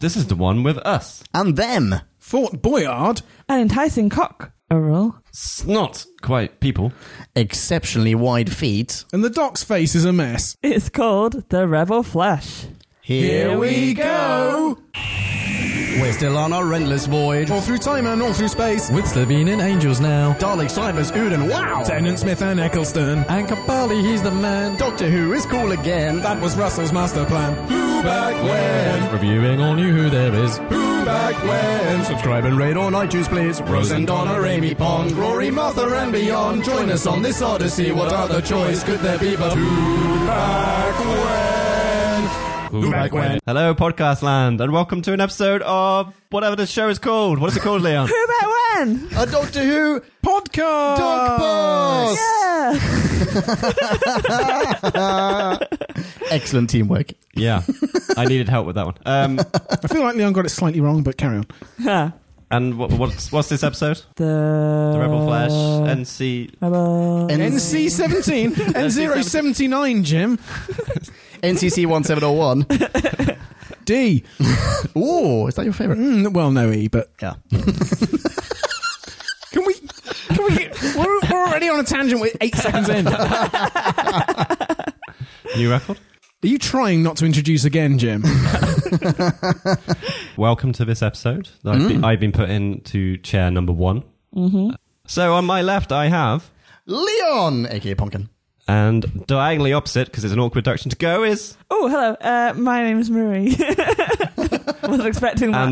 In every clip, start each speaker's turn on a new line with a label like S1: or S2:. S1: This is the one with us.
S2: And them.
S3: Fort Boyard.
S4: An enticing cock. Earl.
S1: It's not quite people.
S2: Exceptionally wide feet.
S3: And the doc's face is a mess.
S4: It's called the Rebel Flesh.
S3: Here we go!
S5: We're still on our relentless voyage.
S3: All through time and all through space.
S5: With Slovene and Angels now.
S2: Dalek, Cybers, Uden, wow!
S3: Tennant Smith and Eccleston.
S5: And Capaldi, he's the man.
S2: Doctor Who is cool again.
S3: That was Russell's master plan. Who back when?
S5: Reviewing all new Who there is.
S3: Who back when?
S2: Subscribe and rate on iTunes, please.
S3: Rose and Donna, Amy Pond, Rory, Martha and beyond. Join us on this odyssey. What other choice could there be but who back when? Who back when?
S1: Hello, podcast land, and welcome to an episode of whatever this show is called. What is it called, Leon?
S4: Who about when?
S2: A Doctor Who
S3: Podcast!
S2: dog boss!
S4: Yeah.
S1: Oh.
S2: Excellent teamwork.
S1: yeah, I needed help with that one. Um,
S3: I feel like Leon got it slightly wrong, but carry on.
S4: Huh.
S1: and what, what's what's this episode?
S4: The,
S1: The Rebel Flash,
S3: Uh.
S1: NC.
S4: Rebel.
S3: NC 17 and 079, Jim.
S2: NCC 1701.
S3: D.
S2: Ooh, is that your favourite?
S3: Mm, well, no E, but
S2: Yeah.
S3: can we. Can we get, we're, we're already on a tangent with eight seconds in. Are
S1: New record.
S3: you trying not to introduce again, Jim?
S1: Welcome to this episode. that I've,
S3: Mm.
S1: been, I've been put into chair number one. Mm-hmm. So on my left, I have,
S2: Leon, aka Pumpkin.
S1: and diagonally opposite, because it's an awkward direction to go, is
S4: Oh, hello. Uh, my name's Marie. Wasn't expecting that.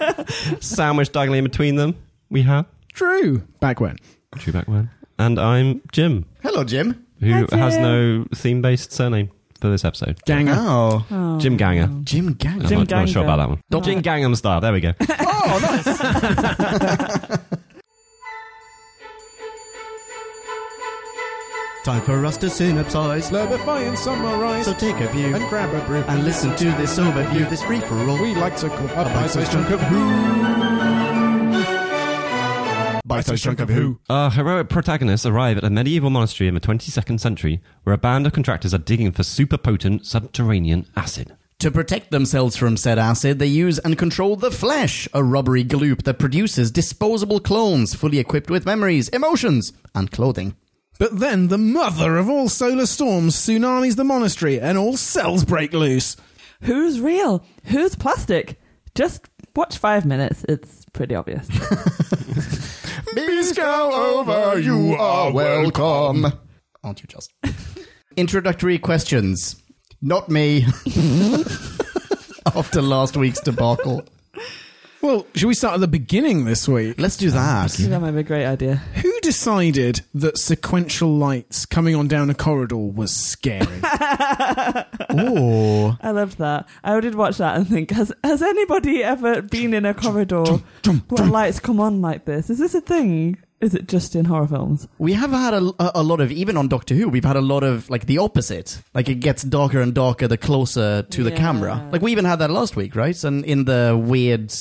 S1: and s- sandwiched diagonally in between them, we have
S3: True. Back when.
S1: Drew Backman, and I'm Jim,
S2: Hello, Jim.
S1: who
S4: Hi, Jim.
S1: has no theme-based surname for this episode.
S3: Ganger.
S2: Oh.
S1: Jim Ganger.
S2: Jim Gang.
S1: I'm
S4: Jim
S1: not, not sure
S4: Ganger. Oh.
S1: about that one. Jim Gangnam Style. There we go.
S2: Time for us to synopsize.
S3: Slurpify and summarize
S2: So take a view
S3: and grab a brew.
S2: and listen to this overview, this free for all.
S3: we like to call a bite-sized chunk of who. Bite-sized chunk of who.
S1: Our heroic protagonists arrive at a medieval monastery in the 22nd century where a band of contractors are digging for super potent subterranean acid.
S2: To protect themselves from said acid, they use and control the Flesh, a rubbery gloop that produces disposable clones fully equipped with memories, emotions, and clothing.
S3: But then the mother of all solar storms tsunamis the monastery and all cells break loose.
S4: Who's real? Who's plastic? Just watch five minutes. It's pretty obvious.
S2: Bees go over, you are welcome. Aren't you just? Introductory questions. Not me. After last week's debacle.
S3: Well, should we start at the beginning this week?
S2: Let's do that.
S4: that might be a great idea.
S3: Who decided that sequential lights coming on down a corridor was scary?
S2: Ooh.
S4: I loved that. I did watch that and think, has has anybody ever been in a corridor where lights come on like this? Is this a thing? Is it just in horror films?
S2: We have had a, a, a lot of, even on Doctor Who, we've had a lot of like the opposite. Like it gets darker and darker the closer to the
S4: Yeah.
S2: camera. Like we even had that last week, right? And in the weird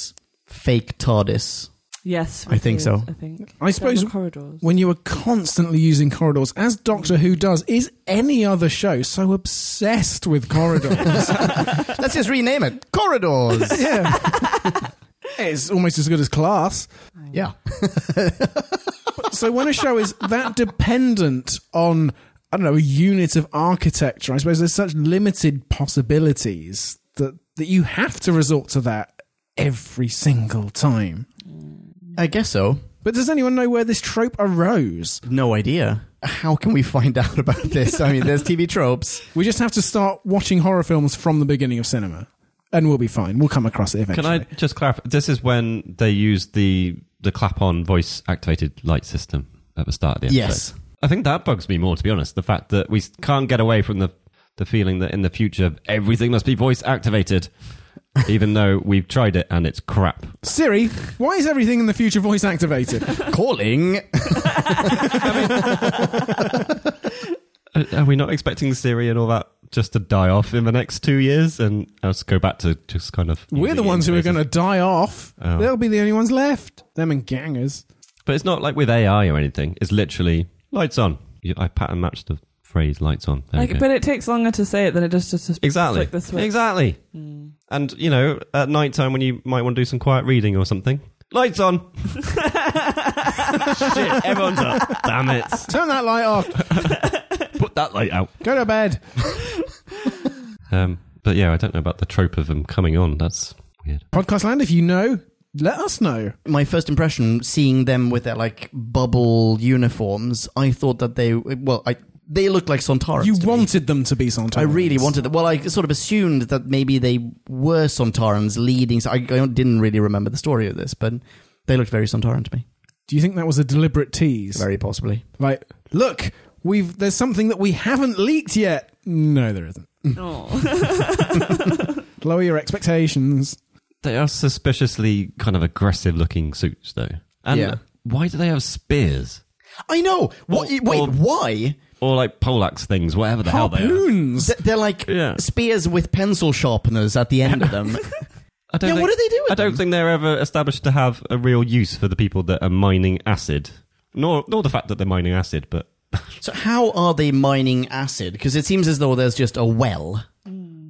S2: fake TARDIS.
S4: Yes,
S2: I
S4: we
S2: think
S4: did,
S2: so.
S4: I think.
S3: I suppose
S4: Down the corridors.
S3: when you are constantly using corridors, as Doctor Who does, is any other show so obsessed with corridors?
S2: Let's just rename it Corridors.
S3: yeah. It's almost as good as class.
S2: yeah.
S3: So when a show is that dependent on, I don't know, a unit of architecture, I suppose there's such limited possibilities that, that you have to resort to that every single time.
S2: I guess so.
S3: But does anyone know where this trope arose?
S2: No idea. How can we find out about this? I mean, there's TV tropes.
S3: We just have to start watching horror films from the beginning of cinema, and we'll be fine. We'll come across it
S1: Can
S3: eventually.
S1: I just clarify? This is when they used the, the clap on voice activated light system at the start of the episode.
S2: Yes.
S1: I think that bugs me more, to be honest. The fact that we s- can't get away from the, the feeling that in the future everything must be voice activated, even though we've tried it and it's crap.
S3: Siri, why is everything in the future voice activated?
S2: Calling.
S1: Are- Uh, Are we not expecting Siri and all that just to die off in the next two years and us go back to just kind of.
S3: We're the
S1: using
S3: ones who are
S1: interfaces?
S3: going to die off.
S1: Oh.
S3: They'll be the only ones left. Them and gangers.
S1: But it's not like with AI or anything. It's literally lights on. You- I pattern matched the phrase lights on. There we
S4: Like,
S1: go.
S4: but it takes longer to say it than it does just to
S1: exactly.
S4: flick the switch. Hmm.
S1: Exactly. And you know, at night time when you might want to do some quiet reading or something, lights on. Shit, everyone's up. Damn it!
S3: Turn that light off.
S1: Put that light out.
S3: Go to bed.
S1: Um, but yeah, I don't know about the trope of them coming on. That's weird.
S3: Podcast Land, if you know, let us know.
S2: my first impression seeing them with their like bubble uniforms, I thought that they well, I they looked like Sontarans.
S3: you
S2: to me.
S3: wanted them to be Santarans.
S2: I really wanted that. Well, I sort of assumed that maybe they were Sontarans leading. So I, I didn't really remember the story of this, but they looked very Sontaran to me.
S3: Do you think that was a deliberate tease?
S2: Very possibly.
S3: Like, look, we've there's something that we haven't leaked yet. No, there isn't.
S4: Oh.
S3: Lower your expectations.
S1: They are suspiciously kind of aggressive looking suits, though. And
S2: Yeah.
S1: why do they have spears
S2: I know. What?
S1: Or-
S2: wait,
S1: or-
S2: why?
S1: or like poleaxe things, whatever the hell they are?
S3: Harpoons.
S2: Th- They're like
S1: Yeah.
S2: spears with pencil sharpeners at the end of them.
S1: I don't
S2: Yeah,
S1: think,
S2: what do they do with
S1: I don't
S2: them?
S1: think they're ever established to have a real use for the people that are mining acid. Nor, nor the fact that they're mining acid, but
S2: so how are they mining acid? Because it seems as though there's just a well.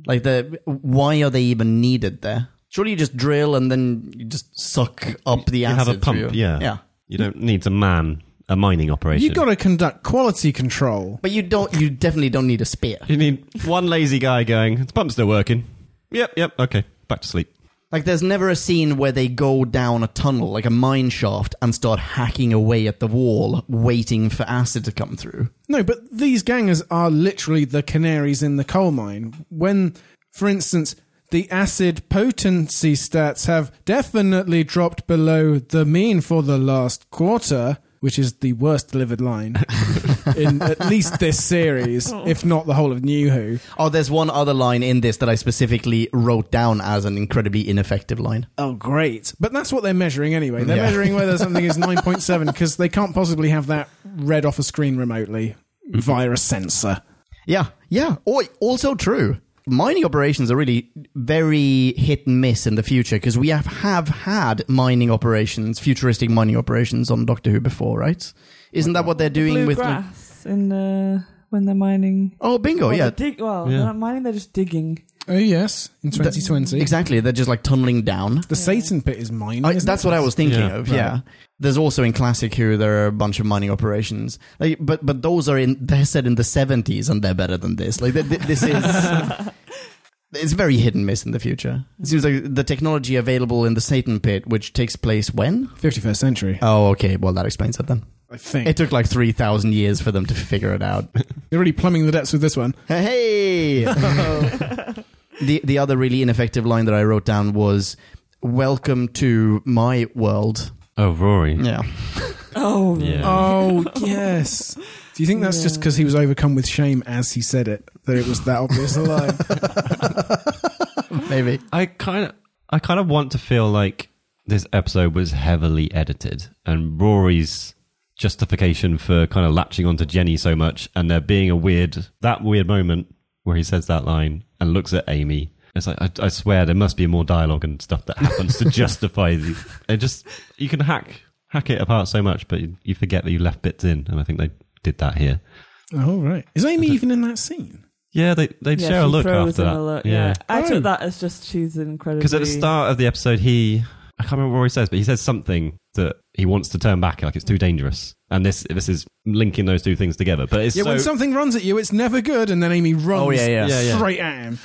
S2: Like the why are they even needed there? Surely you just drill and then you just suck up the
S1: you
S2: acid.
S1: have a pump,
S2: through.
S1: yeah.
S2: Yeah.
S1: you don't need to man a mining operation.
S3: You got to conduct quality control.
S2: But you don't. You definitely don't need a spear.
S1: You need one lazy guy going, the pump's still working. Yep, yep, okay, back to sleep.
S2: Like, there's never a scene where they go down a tunnel, like a mine shaft, and start hacking away at the wall, waiting for acid to come through.
S3: No, but these gangers are literally the canaries in the coal mine. When, for instance, the acid potency stats have definitely dropped below the mean for the last quarter, which is the worst delivered line in at least this series, if not the whole of New Who.
S2: Oh, there's one other line in this that I specifically wrote down as an incredibly ineffective line.
S4: Uh,
S3: Oh, great. But that's what they're measuring anyway. They're
S2: Yeah.
S3: measuring whether something is 9.7 because they can't possibly have that read off a screen remotely via a sensor.
S2: Yeah, yeah. Or also true. Mining operations are really very hit and miss in the future because we have, have had mining operations, futuristic mining operations on Doctor Who before, right? Isn't that what they're doing
S4: Blue
S2: with?
S4: grass in the when they're mining.
S2: Oh, bingo!
S4: Well,
S2: yeah,
S4: they're dig- well,
S1: Yeah.
S4: they're not mining; they're just digging.
S3: Oh, yes, in 2020.
S2: exactly. They're just like tunneling down.
S3: The Satan pit is mine.
S2: I,
S3: isn't
S2: that's
S3: it?
S2: what I was thinking
S1: Yeah.
S2: of. Yeah. There's also in classic Who there are a bunch of mining operations, like but but those are in they're set in the 70s and they're better than this. Like th- th- this is. It's very hit and miss in the future. It seems like the technology available in the Satan Pit, which takes place when?
S3: 51st century.
S2: Oh, okay. Well, that explains it then.
S3: I think.
S2: It took like 3,000 years for them to figure it out.
S3: They're really plumbing the depths with this one.
S2: Hey! the, the other really ineffective line that I wrote down was Welcome to my world.
S1: Oh, Rory.
S2: Yeah.
S4: Oh,
S1: Yeah.
S3: Oh, yes. Do you think that's just
S4: Yeah.
S3: because he was overcome with shame as he said it? That it was that obvious a lie?
S2: Maybe.
S1: I kind of, I kind of want to feel like this episode was heavily edited, and Rory's justification for kind of latching onto Jenny so much, and there being a weird, that weird moment where he says that line and looks at Amy. It's like I, I swear there must be more dialogue and stuff that happens to justify the. It just you can hack hack it apart so much, but you, you forget that you left bits in, and I think they did that here.
S3: oh, right. Is Amy even in that scene?
S1: Yeah, they they would
S4: Yeah,
S1: share a
S4: she
S1: look
S4: throws
S1: after
S4: him
S1: that.
S4: a look, yeah. I
S3: Oh.
S4: took that as just she's incredibly.
S1: Because at the start of the episode, he I can't remember what he says, but he says something that he wants to turn back, like it's too dangerous. And this this is linking those two things together. But it's
S3: Yeah,
S1: so,
S3: when something runs at you, it's never good, and then Amy runs
S2: Oh, yeah, yeah.
S1: Yeah, yeah.
S3: straight at him.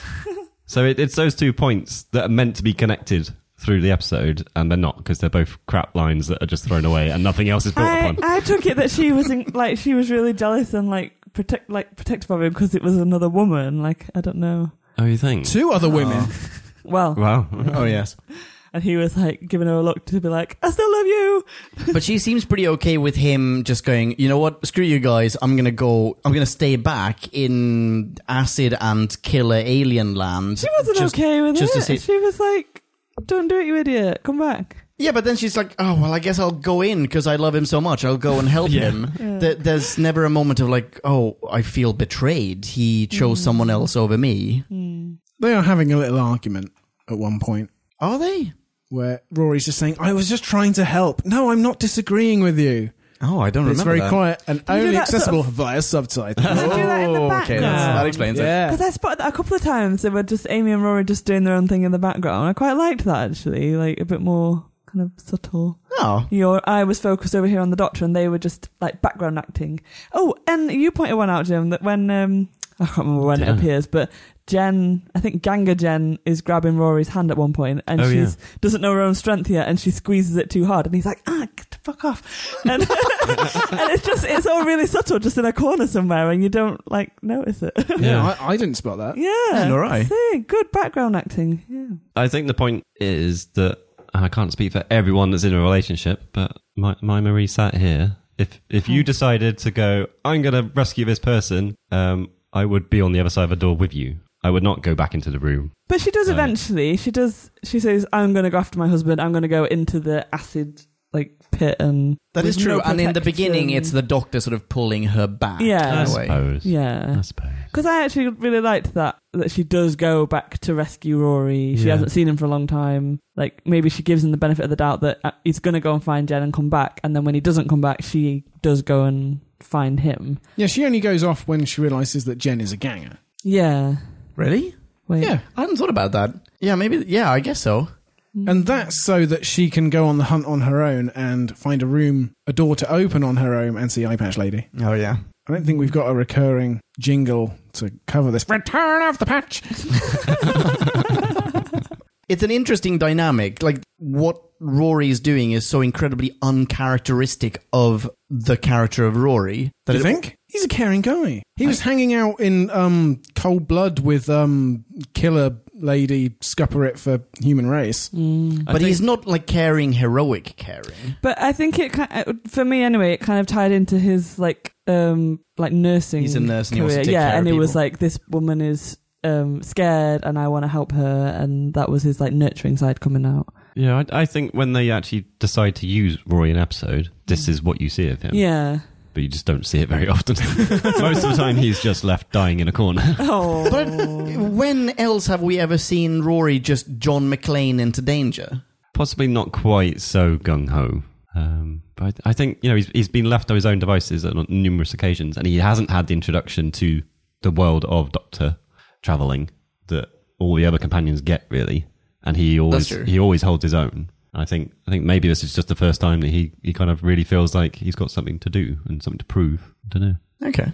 S1: so it, it's those two points that are meant to be connected through the episode, and they're not because they're both crap lines that are just thrown away and nothing else is brought
S4: I,
S1: upon.
S4: I took it that she was in, like she was really jealous and like protect like protective of him because it was another woman. Like I don't know.
S1: oh, you think?
S3: Two other women.
S4: Well,
S1: Wow.
S2: Oh, yes.
S4: and he was like giving her a look to be like, I still love you.
S2: But she seems pretty okay with him just going, you know what, screw you guys, I'm gonna go, I'm gonna stay back in acid and killer alien land.
S4: She wasn't
S2: Just-
S4: okay with
S2: just to
S4: it.
S2: see-
S4: She was like, Don't do it, you idiot. Come back.
S2: Yeah, but then she's like, oh, well, I guess I'll go in because I love him so much, I'll go and help
S1: Yeah.
S2: him.
S4: Yeah.
S2: There, there's never a moment of like, oh, I feel betrayed, he chose
S4: Mm.
S2: someone else over me.
S3: They are having a little argument at one point
S2: Are they?
S3: where Rory's just saying, I was just trying to help. No, I'm not disagreeing with you.
S2: Oh, I don't
S3: It's
S2: remember
S3: very
S2: that.
S3: quiet and
S4: do
S3: only
S4: that sort
S3: accessible via subtitles.
S4: They do that in the
S2: Oh, okay, that's- that
S4: background.
S2: explains it.
S3: yeah.
S4: Because I spotted that a couple of times. They were just Amy and Rory just doing their own thing in the background. I quite liked that actually, like a bit more kind of subtle.
S2: Oh,
S4: Your eye was focused over here on the doctor, and they were just like background acting. Oh, and you pointed one out, Jim, that when um, I can't remember when
S1: Yeah.
S4: it appears, but Jen, I think Ganga Jen is grabbing Rory's hand at one point, and
S1: Oh,
S4: she
S1: yeah.
S4: doesn't know her own strength yet, and she squeezes it too hard, and he's like, "Ah, get the fuck off!" And, and it's just it's all really subtle, just in a corner somewhere, and you don't like notice it.
S1: Yeah.
S3: I, I didn't spot that.
S4: yeah,
S2: Yeah, nor I.
S4: See, good background acting. Yeah.
S1: I think the point is that and I can't speak for everyone that's in a relationship, but my, my Marie sat here. If if you decided to go, I'm going to rescue this person, um, I would be on the other side of a door with you. I would not go back into the room.
S4: But she does
S1: Right.
S4: eventually. She does. She says, "I'm going to go after my husband. I'm going to go into the acid like pit and."
S2: that is
S4: with
S2: true.
S4: no
S2: and in the beginning,
S4: protection."
S2: it's the doctor sort of pulling her back.
S4: Yeah.
S1: I
S2: in a way.
S1: suppose. I
S4: yeah.
S1: suppose.
S4: Because I actually really liked that that she does go back to rescue Rory. She
S1: Yeah.
S4: hasn't seen him for a long time. Like maybe she gives him the benefit of the doubt that uh, he's going to go and find Jen and come back. And then when he doesn't come back, she does go and find him.
S3: Yeah, she only goes off when she realizes that Jen is a ganger.
S4: Yeah.
S2: Really?
S4: Wait.
S3: Yeah.
S2: I hadn't thought about that. Yeah, maybe. Yeah, I guess so.
S4: Mm.
S3: And that's so that she can go on the hunt on her own and find a room, a door to open on her own and see Eye Patch Lady.
S2: Oh yeah.
S3: I don't think we've got a recurring jingle to cover this. Return of the patch!
S2: It's an interesting dynamic. Like what Rory is doing is so incredibly uncharacteristic of the character of Rory.
S3: Do you
S2: it-
S3: think? He's a caring guy. He was hanging out in um, cold blood with um, killer lady Scupperette for human race.
S4: Mm.
S2: But he's not like caring, heroic caring.
S4: But I think it ki- uh for me anyway. It kind of tied into his like um like nursing.
S2: He's a nurse and he wants
S4: career.
S2: to take
S4: yeah,
S2: care
S4: and
S2: of
S4: he was
S2: people.
S4: like, this woman is um scared, and I want to help her, and that was his like nurturing side coming out.
S1: Yeah, I, I think when they actually decide to use Rory in an episode, this is what you see of him.
S4: Yeah.
S1: But you just don't see it very often. Most of the time, he's just left dying in a corner.
S4: Oh.
S2: But when else have we ever seen Rory just John McClane into danger?
S1: Possibly not quite so gung ho. Um, but I, I think, you know, he's, he's been left to his own devices on numerous occasions, and he hasn't had the introduction to the world of Doctor traveling that all the other companions get, really. And he always
S2: true.
S1: he always holds his own. I think I think maybe this is just the first time that he, he kind of really feels like he's got something to do and something to prove. I don't know.
S2: Okay.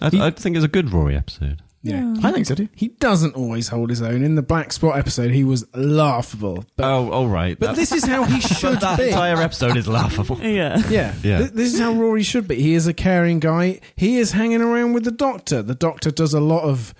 S1: I, I think it's a good Rory episode.
S3: Yeah.
S2: I think so too.
S3: He doesn't always hold his own. In the Black Spot episode, he was laughable. But,
S1: oh, all right.
S3: but this is how he should be.
S1: entire episode is laughable.
S4: yeah.
S3: Yeah.
S1: Yeah.
S3: Th- this is how Rory should be. He is a caring guy. He is hanging around with the doctor. The doctor does a lot of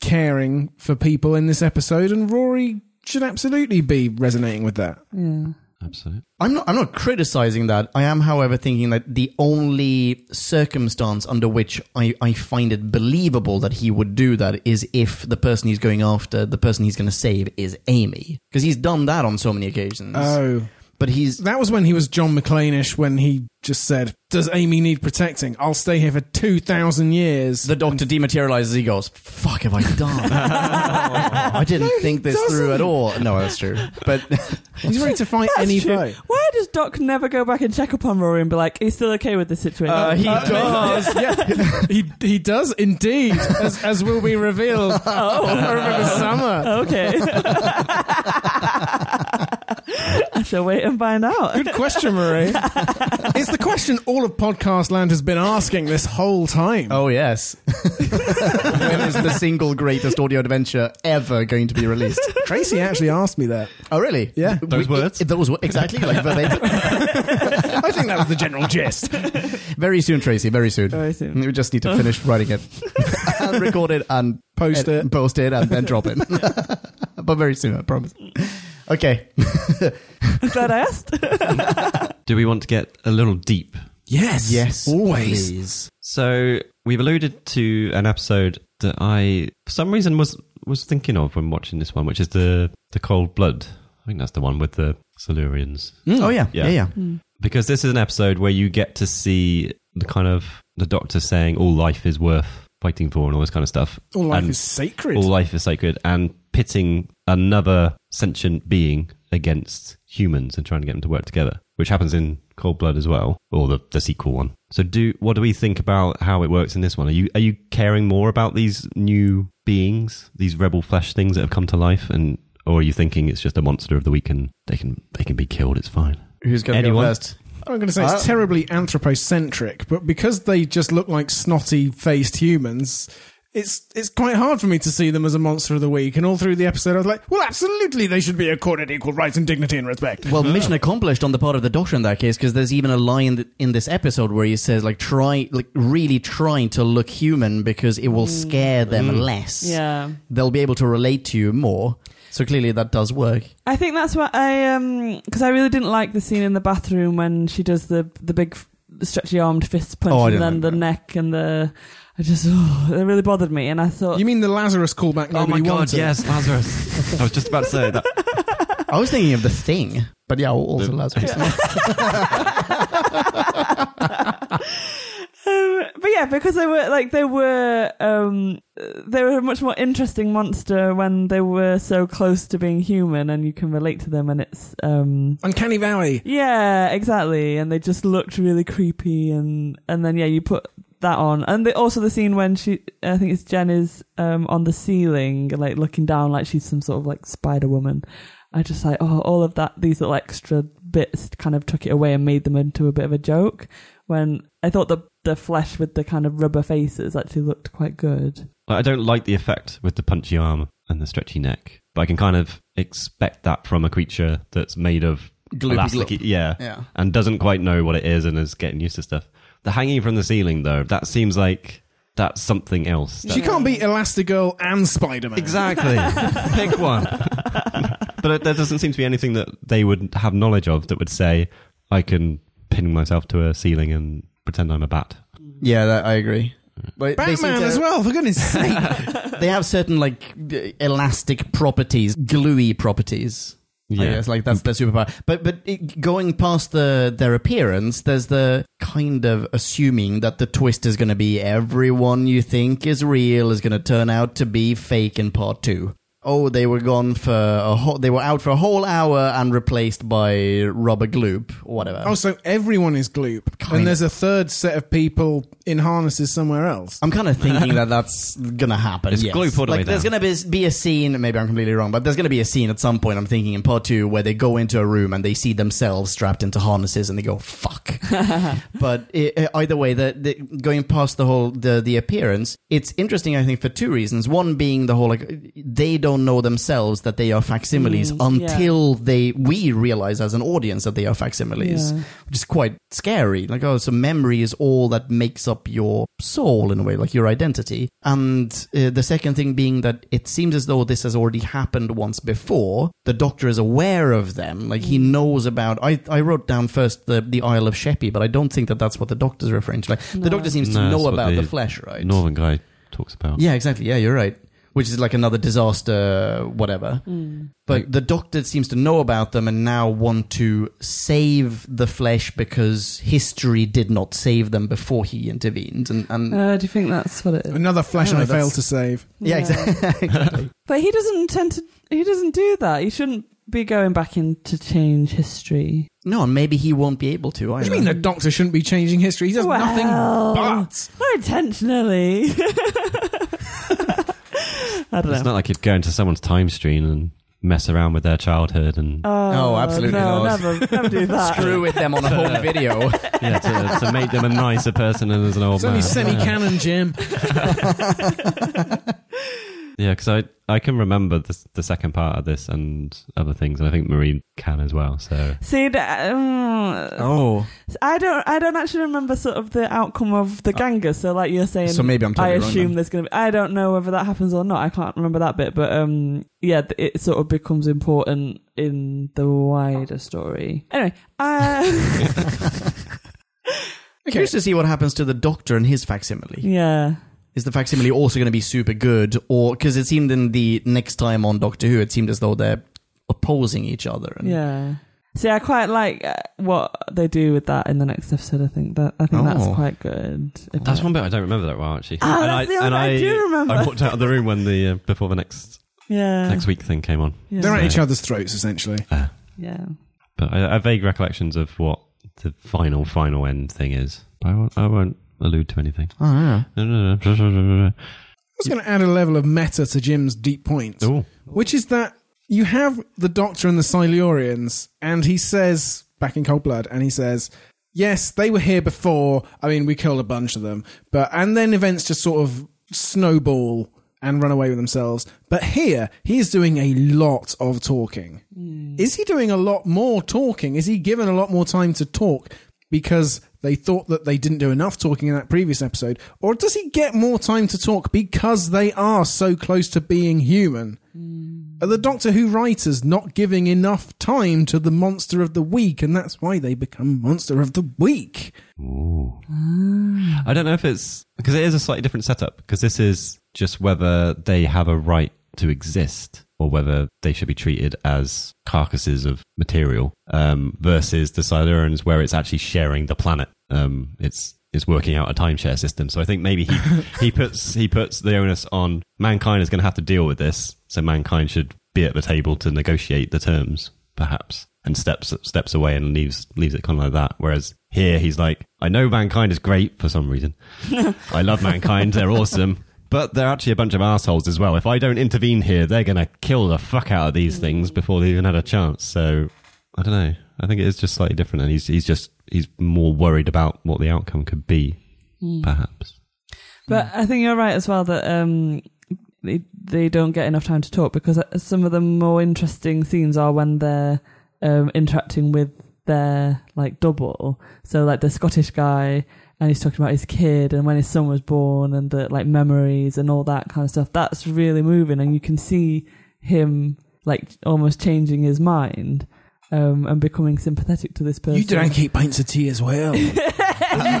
S3: caring for people in this episode, and Rory should absolutely be resonating with that.
S4: Yeah.
S1: Absolutely.
S2: I'm not. I'm not criticizing that. I am, however, thinking that the only circumstance under which I, I find it believable that he would do that is if the person he's going after, the person he's going to save, is Amy, because he's done that on so many occasions.
S3: Oh.
S2: but he's
S3: That was when he was John McClane-ish when he just said, Does Amy need protecting? I'll stay here for 2,000 years.
S2: the doctor dematerializes. He goes, "Fuck, have I done? I didn't think this through at all." No, that's true. But
S3: He's ready to fight
S4: That's
S3: any
S4: true.
S3: fight.
S4: Why does Doc never go back and check up on Rory and be like, he's still okay with this situation?
S2: Uh, he does.
S3: yeah, he he does indeed, as as will be revealed.
S4: oh,
S3: I remember summer.
S4: Okay. I shall wait and find out.
S3: Good question, Marie. it's the question all of podcast land has been asking this whole time.
S2: Oh yes. when is the single greatest audio adventure ever going to be released?
S3: Tracy actually asked me that.
S2: Oh really?
S3: Yeah.
S1: Those words?
S2: It, those wo- exactly like verbatim.
S3: I think that was the general gist.
S2: Very soon, Tracy. Very soon.
S4: Very soon.
S2: We just need to finish writing it, Uh, and record it, and
S3: Post
S2: and
S3: it.
S2: post it, and then drop it. but very soon, I promise. Okay.
S4: I'm glad I asked.
S1: Do we want to get a little deep?
S3: Yes. Oh. Always.
S2: please.
S1: So we've alluded to an episode that I, for some reason, was was thinking of when watching this one, which is the the Cold Blood. I think that's the one with the Silurians,
S3: Mm.
S2: Oh yeah.
S1: Yeah.
S2: Yeah. Yeah.
S1: because this is an episode where you get to see the kind of the Doctor saying all life is worth fighting for and all this kind of stuff.
S3: All life
S1: And
S3: is sacred.
S1: all life is sacred and pitting a another sentient being against humans and trying to get them to work together, which happens in Cold Blood as well, or the, the sequel one. So, do what do we think about how it works in this one? Are you are you caring more about these new beings, these rebel flesh things that have come to life, and or are you thinking it's just a monster of the week and they can they can be killed? It's fine.
S2: Who's going to go
S1: Anyone?
S2: first?
S3: I'm going to say it's
S2: Uh,
S3: terribly anthropocentric, but because they just look like snotty faced humans, it's it's quite hard for me to see them as a monster of the week. And all through the episode, I was like, well, absolutely, they should be accorded equal rights and dignity and respect.
S2: Well, mission accomplished on the part of the Doctor in that case, because there's even a line th- in this episode where he says, like, try, like, really trying to look human because it will
S1: Mm.
S2: scare them less.
S4: Yeah.
S2: They'll be able to relate to you more. So clearly that does work.
S4: I think that's what I um because I really didn't like the scene in the bathroom when she does the the big f- stretchy armed fist punch
S2: Oh, I
S4: and
S2: didn't like
S4: then the
S2: that.
S4: neck and the I just oh, it really bothered me and I
S2: Uh,
S4: thought
S3: You mean the Lazarus callback?
S2: oh
S3: Nobody wanted?
S1: Lazarus. I was just about to say that.
S2: I was thinking of the thing, but yeah, also Lazarus.
S4: Um, but yeah, because they were like they were um, they were a much more interesting monster when they were so close to being human, and you can relate to them, and it's um,
S3: Uncanny Valley.
S4: yeah, exactly. And they just looked really creepy, and and then yeah, you put that on, and the, also the scene when she, I think it's Jen is um, on the ceiling, like looking down, like she's some sort of like Spider Woman. I just like oh, all of that. These little extra bits kind of took it away and made them into a bit of a joke. When I thought the the flesh with the kind of rubber faces actually looked quite good.
S1: I don't like the effect with the punchy arm and the stretchy neck, but I can kind of expect that from a creature that's made of
S2: Gloopy
S1: elastic,
S2: gloop.
S1: yeah,
S2: Yeah.
S1: and doesn't quite know what it is and is getting used to stuff. The hanging from the ceiling, though, that seems like that's something else.
S3: She can't be Elastigirl and Spider Man.
S1: exactly. Pick one. but it, there doesn't seem to be anything that they would have knowledge of that would say, "I can pin myself to a ceiling and pretend I'm a bat."
S2: yeah, that, I agree. But they seem
S3: Batman
S2: to-
S3: as well, for goodness sake.
S2: They have certain like uh, elastic properties, gluey properties. Yeah. I
S1: Yeah.
S2: guess like that's their superpower. But but it, going past the their appearance, there's the kind of assuming that the twist is going to be everyone you think is real is going to turn out to be fake in part two. Oh, they were gone for a whole, they were out for a whole hour and replaced by rubber gloop or whatever.
S3: oh, so everyone is Gloop.
S2: Kinda.
S3: And there's a third set of people in harnesses somewhere else.
S2: I'm kind of thinking that that's gonna happen.
S1: It's
S2: yes.
S1: glue put
S2: like,
S1: away
S2: there's
S1: down.
S2: gonna be, be a scene. Maybe I'm completely wrong, but there's gonna be a scene at some point. I'm thinking in part two where they go into a room and they see themselves strapped into harnesses and they go fuck. but i i- either way, the, the going past the whole the the appearance, it's interesting. I think for two reasons. One being the whole like they don't know themselves that they are facsimiles
S4: Mm, yeah.
S2: until they we realize as an audience that they are facsimiles
S4: Yeah.
S2: which is quite scary. Like, oh, so memory is all that makes up your soul in a way, like your identity. And uh, the second thing being that it seems as though this has already happened once before. The doctor is aware of them. Like, he knows about. I, I wrote down first the, the Isle of Sheppey, but I don't think that that's what the doctor's referring to. Like, the
S4: No.
S2: doctor seems
S1: No,
S2: to
S1: that's
S2: know
S1: what
S2: about
S1: the
S2: the flesh, right?
S1: Northern guy talks about.
S2: Yeah, exactly. Yeah, you're right. Which is like another disaster, whatever.
S4: Mm.
S2: But the doctor seems to know about them and now want to save the flesh because history did not save them before he intervened. And, and
S4: Uh, do you think that's what it is?
S3: Another flesh
S2: No,
S3: I
S2: that's-
S3: failed to save.
S2: yeah, exactly.
S4: But he doesn't intend to. He doesn't do that. He shouldn't be going back in to change history.
S2: no, and maybe he won't be able to.
S3: What
S2: Either.
S3: do you mean the doctor shouldn't be changing history? He does
S4: Well.
S3: nothing but.
S4: Not intentionally. I don't
S1: It's
S4: know.
S1: not like you'd go into someone's time stream and mess around with their childhood and
S2: No, absolutely
S4: Oh, no,
S2: not.
S4: Never, never do that.
S2: Screw with them on a home video.
S1: yeah, to, to make them a nicer person and as an old
S3: It's only
S1: man.
S3: semi canon, Jim.
S1: Yeah, because I, I can remember this, the second part of this and other things, and I think Marie can as well. So
S4: See, th- um,
S2: Oh,
S4: I don't. I don't actually remember sort of the outcome of the Gangas. So, like you're saying,
S2: so maybe I'm
S4: I
S2: Uh, totally wrong.
S4: assume
S2: then.
S4: there's going to be. I don't know whether that happens or not. I can't remember that bit, but um, yeah, th- it sort of becomes important in the wider story. Anyway, uh,
S2: Curious to see what happens to the doctor and his facsimile.
S4: yeah.
S2: Is the facsimile also going to be super good, or because it seemed in the next time on Doctor Who, it seemed as though they're opposing each other? And
S4: Yeah. See, I quite like uh, what they do with that in the next episode. I think that I think that's
S2: Oh.
S4: quite good.
S1: that's one bit I don't remember that well, actually.
S4: Ah, that's the other bit I do remember.
S1: I walked out of the room when the uh, before the next
S4: Yeah.
S1: Next week thing came on.
S4: Yeah.
S3: They're at
S1: Right.
S3: each other's throats, essentially.
S4: yeah.
S1: But I, I have vague recollections of what the final, final end thing is. But I won't, I won't allude to anything.
S2: Oh, yeah.
S1: No, no, no, no, no, no, no.
S3: I was going to add a level of meta to Jim's deep point,
S1: Ooh.
S3: which is that you have the Doctor and the Silurians, and he says, back in Cold Blood, and he says, yes, they were here before. I mean, we killed a bunch of them, but and then events just sort of snowball and run away with themselves. But here, he is doing a lot of talking. Is he doing a lot more talking? Is he given a lot more time to talk because they thought that they didn't do enough talking in that previous episode? Or does he get more time to talk because they are so close to being human? Are the Doctor Who writers not giving enough time to the monster of the week, and that's why they become monster of the week?
S1: I don't know if it's because it is a slightly different setup because this is just whether they have a right to exist or whether they should be treated as carcasses of material um, versus the Silurians where it's actually sharing the planet. Um, it's it's working out a timeshare system. So I think maybe he, he puts he puts the onus on mankind is going to have to deal with this. So mankind should be at the table to negotiate the terms, perhaps and steps steps away and leaves leaves it kind of like that. Whereas here he's like, I know mankind is great for some reason. I love mankind; they're awesome, but they're actually a bunch of assholes as well. If I don't intervene here, they're gonna kill the fuck out of these things before they even had a chance. So I don't know. I think it is just slightly different, and he's he's just he's more worried about what the outcome could be, perhaps.
S4: But I think you're right as well that um, they they don't get enough time to talk because uh, some of the more interesting scenes are when they're um, interacting with their like double. So like the Scottish guy and he's talking about his kid and when his son was born and the like memories and all that kind of stuff. That's really moving and you can see him like almost changing his mind. Um, and becoming sympathetic to this person.
S3: keep pints of tea as well.
S2: you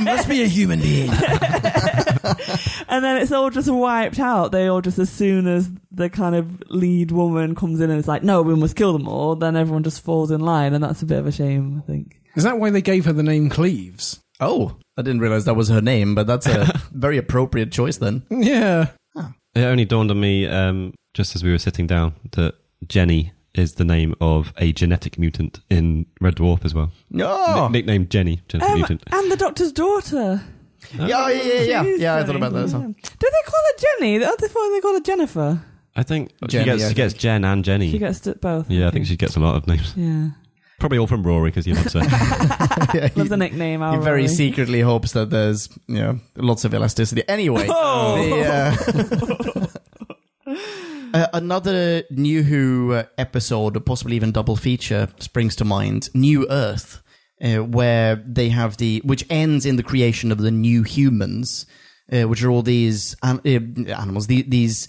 S2: must be a human being.
S4: And then it's all just wiped out. They all just, as soon as the kind of lead woman comes in and is like, no, we must kill them all, then everyone just falls in line. And that's a bit of a shame, I think.
S3: Is that why they gave her the name Cleves?
S2: Oh, I didn't realize that was her name, but that's a very appropriate choice then.
S3: Yeah.
S1: It only dawned on me um, just as we were sitting down that Jenny is the name of a genetic mutant in Red Dwarf as well.
S2: No.
S1: Nick- nicknamed Jenny, genetic
S4: Um,
S1: mutant.
S4: and the doctor's daughter.
S2: Yeah, yeah, yeah, yeah.
S4: She's
S2: Yeah, I
S4: very-
S2: thought about that.
S4: yeah. Do they call her Jenny? The other thought they call her Jennifer.
S1: I think
S2: Jenny,
S1: she gets
S2: I
S1: she gets Jen and Jenny.
S4: She gets it both.
S1: yeah, I think she gets a lot of names.
S4: Yeah.
S1: Probably all from Rory because he loves her.
S2: Yeah,
S4: Love
S2: he,
S4: the nickname.
S2: he
S4: Al
S2: very
S4: Roy.
S2: secretly hopes that there's you know, lots of elasticity. Anyway,
S4: Oh!
S2: the, uh, uh, another New Who uh, episode, or possibly even double feature, springs to mind New Earth, uh, where they have the, which ends in the creation of the new humans, uh, which are all these an- uh, animals, the, these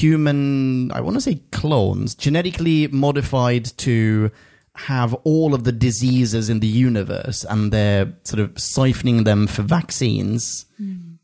S2: human, I want to say clones, genetically modified to have all of the diseases in the universe and they're sort of siphoning them for vaccines.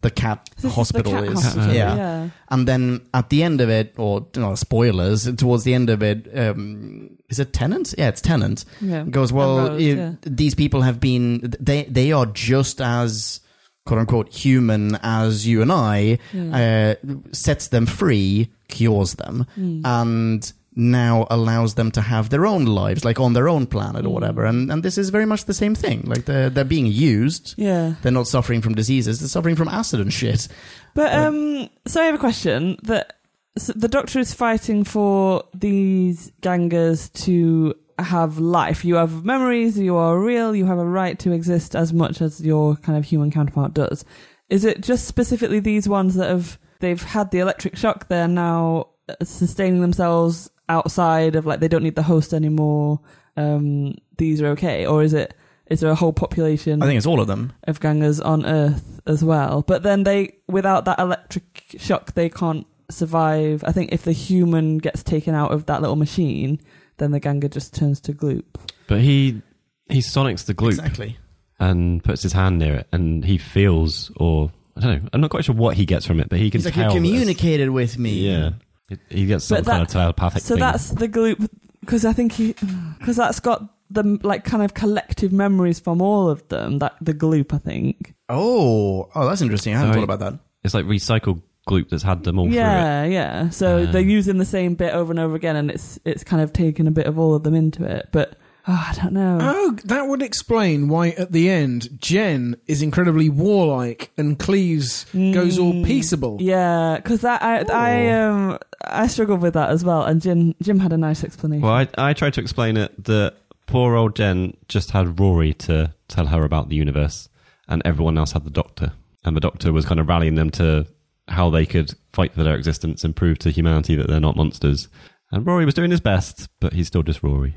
S2: The cat
S4: Hmm. This is the
S2: hospital
S4: cat
S2: is.
S4: hospital,
S2: yeah.
S4: yeah.
S2: And then at the end of it, or you know, spoilers, towards the end of it, um, is it Tenant? Yeah, it's Tenant.
S4: Yeah.
S2: Goes, well,
S4: Rose,
S2: you-
S4: yeah.
S2: these people have been, they, they are just as, quote unquote, human as you and I, uh, sets them free, cures them,
S4: Hmm.
S2: and now allows them to have their own lives, like on their own planet or
S4: Hmm.
S2: whatever. And, and this is very much the same thing. Like they're, they're being used.
S4: Yeah.
S2: They're not suffering from diseases. They're suffering from acid and shit.
S4: But um, so I have a question that so the Doctor is fighting for these gangers to have life. You have memories. You are real. You have a right to exist as much as your kind of human counterpart does. Is it just specifically these ones that have they've had the electric shock? They're now uh, sustaining themselves outside of like they don't need the host anymore. Um, these are okay, or is it? Is there a whole population?
S2: I think it's all of them.
S4: of gangers on Earth as well. But then they, without that electric shock, they can't survive. I think if the human gets taken out of that little machine, then the ganger just turns to gloop.
S1: but he he sonics the gloop
S2: Exactly.
S1: and puts his hand near it, and he feels, or I don't know, I'm not quite sure what he gets from it, but he can
S2: He's like, you
S1: tell. that-
S2: communicated with me.
S1: Yeah, It- he gets some
S4: But
S1: kind
S4: that-
S1: of telepathic.
S4: so
S1: thing.
S4: that's the gloop because I think he because that's got the like kind of collective memories from all of them. That the gloop, I think.
S2: Oh, oh, that's interesting. I hadn't
S1: So
S2: thought
S1: I-
S2: about that.
S1: it's like recycled group that's had them all through it.
S4: yeah, yeah. So
S1: Ah.
S4: they're using the same bit over and over again, and it's it's kind of taken a bit of all of them into it. But oh, I don't know.
S3: Oh, that would explain why at the end Jen is incredibly warlike and Cleves goes
S4: Mm.
S3: all peaceable.
S4: Yeah, because that I, I um I struggled with that as well, and Jim Jim had a nice explanation.
S1: Well, I, I tried to explain it that poor old Jen just had Rory to tell her about the universe, and everyone else had the Doctor. And the Doctor was kind of rallying them to how they could fight for their existence and prove to humanity that they're not monsters. And Rory was doing his best, but he's still just Rory.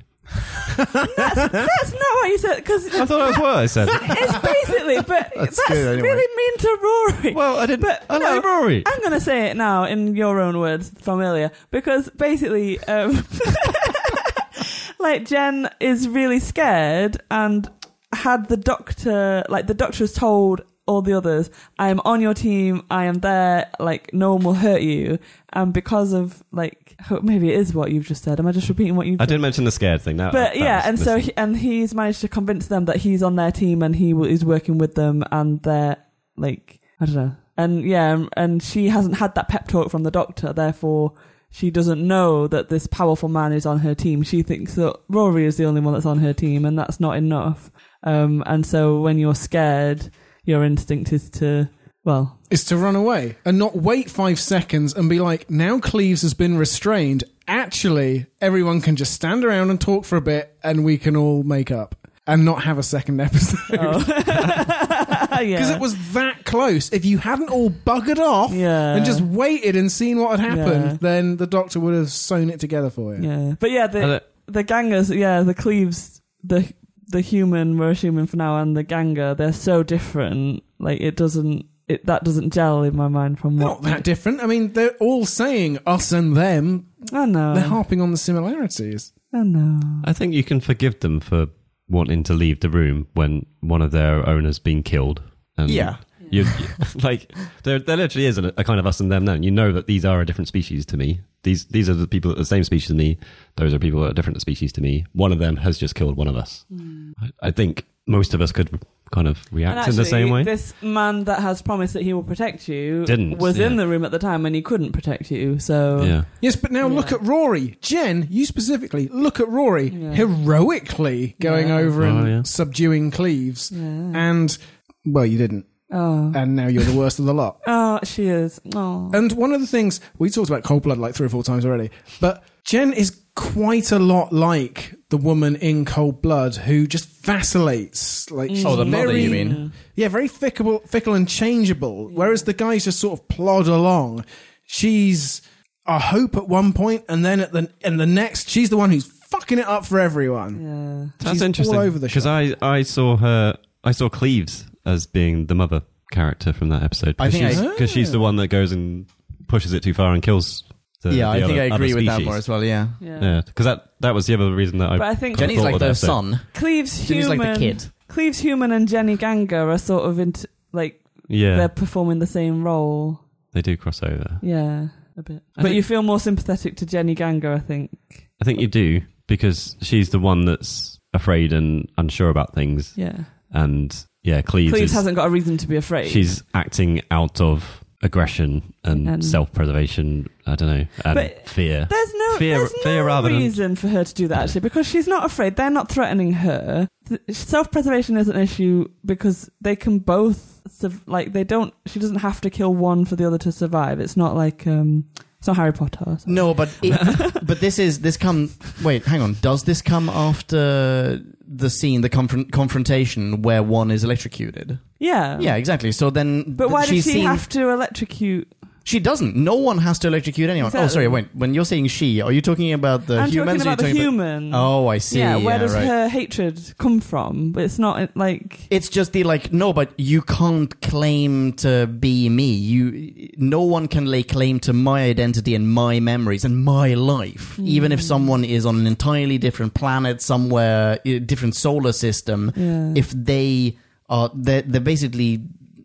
S4: That's not what you said because
S1: I thought that was what I said.
S4: it's basically, but that's,
S2: good anyway.
S4: really mean to Rory.
S1: Well, I didn't.
S4: But
S1: I like
S4: no.
S1: Rory.
S4: I'm going to say it now in your own words, familiar, because basically, um, like Jen is really scared and had the doctor, like the doctor has told all the others, I am on your team, I am there, like no one will hurt you. And because of like, ho- maybe it is what you've just said. Am I just repeating what you've
S1: I didn't mention the scared thing. That,
S4: but
S1: Uh, that
S4: yeah,
S1: was-
S4: and so he, and he's managed to convince them that he's on their team and he w- is working with them and they're like I don't know. And yeah, um, and she hasn't had that pep talk from the doctor, therefore she doesn't know that this powerful man is on her team. She thinks that Rory is the only one that's on her team, and that's not enough. Um, and so when you're scared, your instinct is to well,
S3: Is to run away and not wait five seconds and be like, now Cleves has been restrained. Actually, everyone can just stand around and talk for a bit and we can all make up and not have a second episode.
S4: oh.
S3: Because
S4: yeah,
S3: it was that close. If you hadn't all buggered off
S4: yeah,
S3: and just waited and seen what had happened,
S4: Yeah.
S3: then the doctor would have sewn it together for you.
S4: yeah, but yeah, the,
S1: I don't-
S4: the gangers, yeah, the Cleves, the the human, we're human for now, and the ganger, they're so different. Like it doesn't, it that doesn't gel in my mind from what.
S3: Not that different. I mean, they're all saying us and them. They're
S4: I know,
S3: harping on the similarities.
S4: I know.
S1: I think you can forgive them for wanting to leave the room when one of their owners been killed. And
S2: Yeah.
S1: You, you- like there, there literally is a, a kind of us and them. Then you know that these are a different species to me. These these are the people that are the same species to me. Those are people that are different species to me. One of them has just killed one of us. I, I think most of us could kind of react
S4: And
S1: in the same way.
S4: This man that has promised that he will protect you
S1: Didn't,
S4: was in
S1: yeah.
S4: the room at the time, and he couldn't protect you. So
S1: yeah.
S3: Yes, but now look
S4: Yeah.
S3: at Rory. Jen, you specifically, look at Rory
S4: Yeah.
S3: heroically going
S4: Yeah. Mm.
S3: over and
S1: Oh, yeah.
S3: subduing Cleves.
S4: Yeah.
S3: And, well, you didn't.
S4: oh,
S3: And now you're the worst of the lot.
S4: oh, she is. Oh,
S3: And one of the things we talked about Cold Blood like three or four times already, but Jen is quite a lot like the woman in Cold Blood who just vacillates. Like she's
S2: Oh, the
S3: very,
S2: mother, you mean?
S3: Yeah, very fickle, fickle and changeable. Whereas the guys just sort of plod along. She's a hope at one point, and then at the and the next, she's the one who's fucking it up for everyone.
S4: yeah.
S1: That's
S3: She's
S1: interesting.
S3: all over the
S1: because
S3: shop.
S1: I, I saw her I saw Cleves as being the mother character from that episode.
S2: I think
S1: because
S2: I-
S1: she's, 'cause she's the one that goes and pushes it too far and kills. The,
S2: yeah, I
S1: the
S2: think
S1: other-
S2: I agree
S1: other
S2: with that
S1: species.
S2: more as well. Yeah,
S4: yeah,
S1: Yeah, because that that was the other reason that I.
S4: But I think
S1: Jenny-
S2: Jenny's
S1: thought
S2: like
S1: of that
S2: the
S1: bit.
S2: son.
S4: Cleve's
S2: Jenny's
S4: human.
S2: like the kid.
S4: Cleve's human and Jenny Ganger are sort of into like
S1: yeah,
S4: they're performing the same role.
S1: they do cross over.
S4: Yeah, a bit.
S1: I
S4: but
S1: think-
S4: you feel more sympathetic to Jenny Ganger, I think.
S1: I think you do because she's the one that's afraid and unsure about things,
S4: Yeah.
S1: and yeah, Cleves,
S4: Cleves
S1: is-
S4: hasn't got a reason to be afraid.
S1: She's acting out of aggression and,
S4: And-
S1: self-preservation. I don't know, and
S4: But
S1: fear.
S4: there's no,
S1: Fear-
S4: there's
S1: fear
S4: no
S1: rather than-
S4: reason for her to do that actually, because she's not afraid. They're not threatening her. Self preservation is an issue because they can both sur- like they don't. She doesn't have to kill one for the other to survive. It's not like um, it's not Harry Potter. so-
S2: No, but it, but this is this come. Wait, hang on. Does this come after the scene, the confron- confrontation where one is electrocuted?
S4: Yeah.
S2: Yeah, exactly. So then,
S4: But why
S2: she's
S4: does she
S2: seen-
S4: have to electrocute?
S2: She doesn't. No one has to electrocute anyone. Oh,
S4: Exactly.
S2: sorry. Wait. When you're saying she, are you talking about the
S4: I'm
S2: humans?
S4: talking
S2: or are
S4: about the
S2: you talking
S4: human.
S2: Oh, I see.
S4: yeah, where does
S2: right.
S4: her hatred come from? It's not like
S2: It's just the like no, but you can't claim to be me. You, no one can lay claim to my identity and my memories and my life,
S4: Hmm.
S2: even if someone is on an entirely different planet somewhere, a different solar system.
S4: yeah.
S2: If they are, they're, they're basically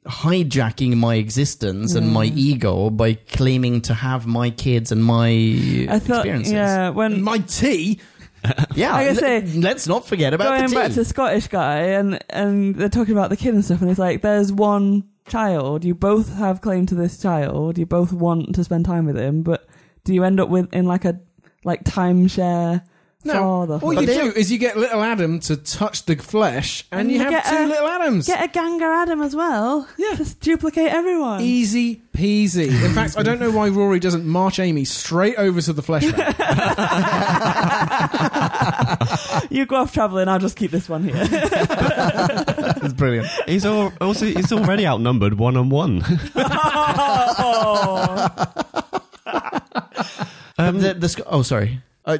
S2: hijacking my existence and my
S4: Yeah.
S2: ego by claiming to have my kids and my
S4: I thought
S2: experiences.
S4: yeah when
S3: And my tea,
S2: Yeah,
S4: Like I
S2: le-
S4: say,
S2: let's not forget about
S4: going
S2: the
S4: back
S2: tea.
S4: to the Scottish guy and and they're talking about the kid and stuff and it's like there's one child. You both have claim to this child. You both want to spend time with him, but do you end up with in like a like timeshare
S3: No,
S4: father?
S3: all you
S2: But they-
S3: do is you get little Adam to touch the flesh, and,
S4: And
S3: you
S4: you
S3: have
S4: get
S3: two
S4: a-
S3: little Adams.
S4: Get a Ganga Adam as well.
S3: Yeah.
S4: Just duplicate everyone.
S3: Easy peasy. In fact, I don't know why Rory doesn't march Amy straight over to the flesh rack.
S4: you go off travelling, I'll just keep this one here.
S2: It's brilliant.
S1: He's all, also he's already outnumbered one on one.
S4: Oh.
S2: But the, the, Sc- oh, sorry. Uh,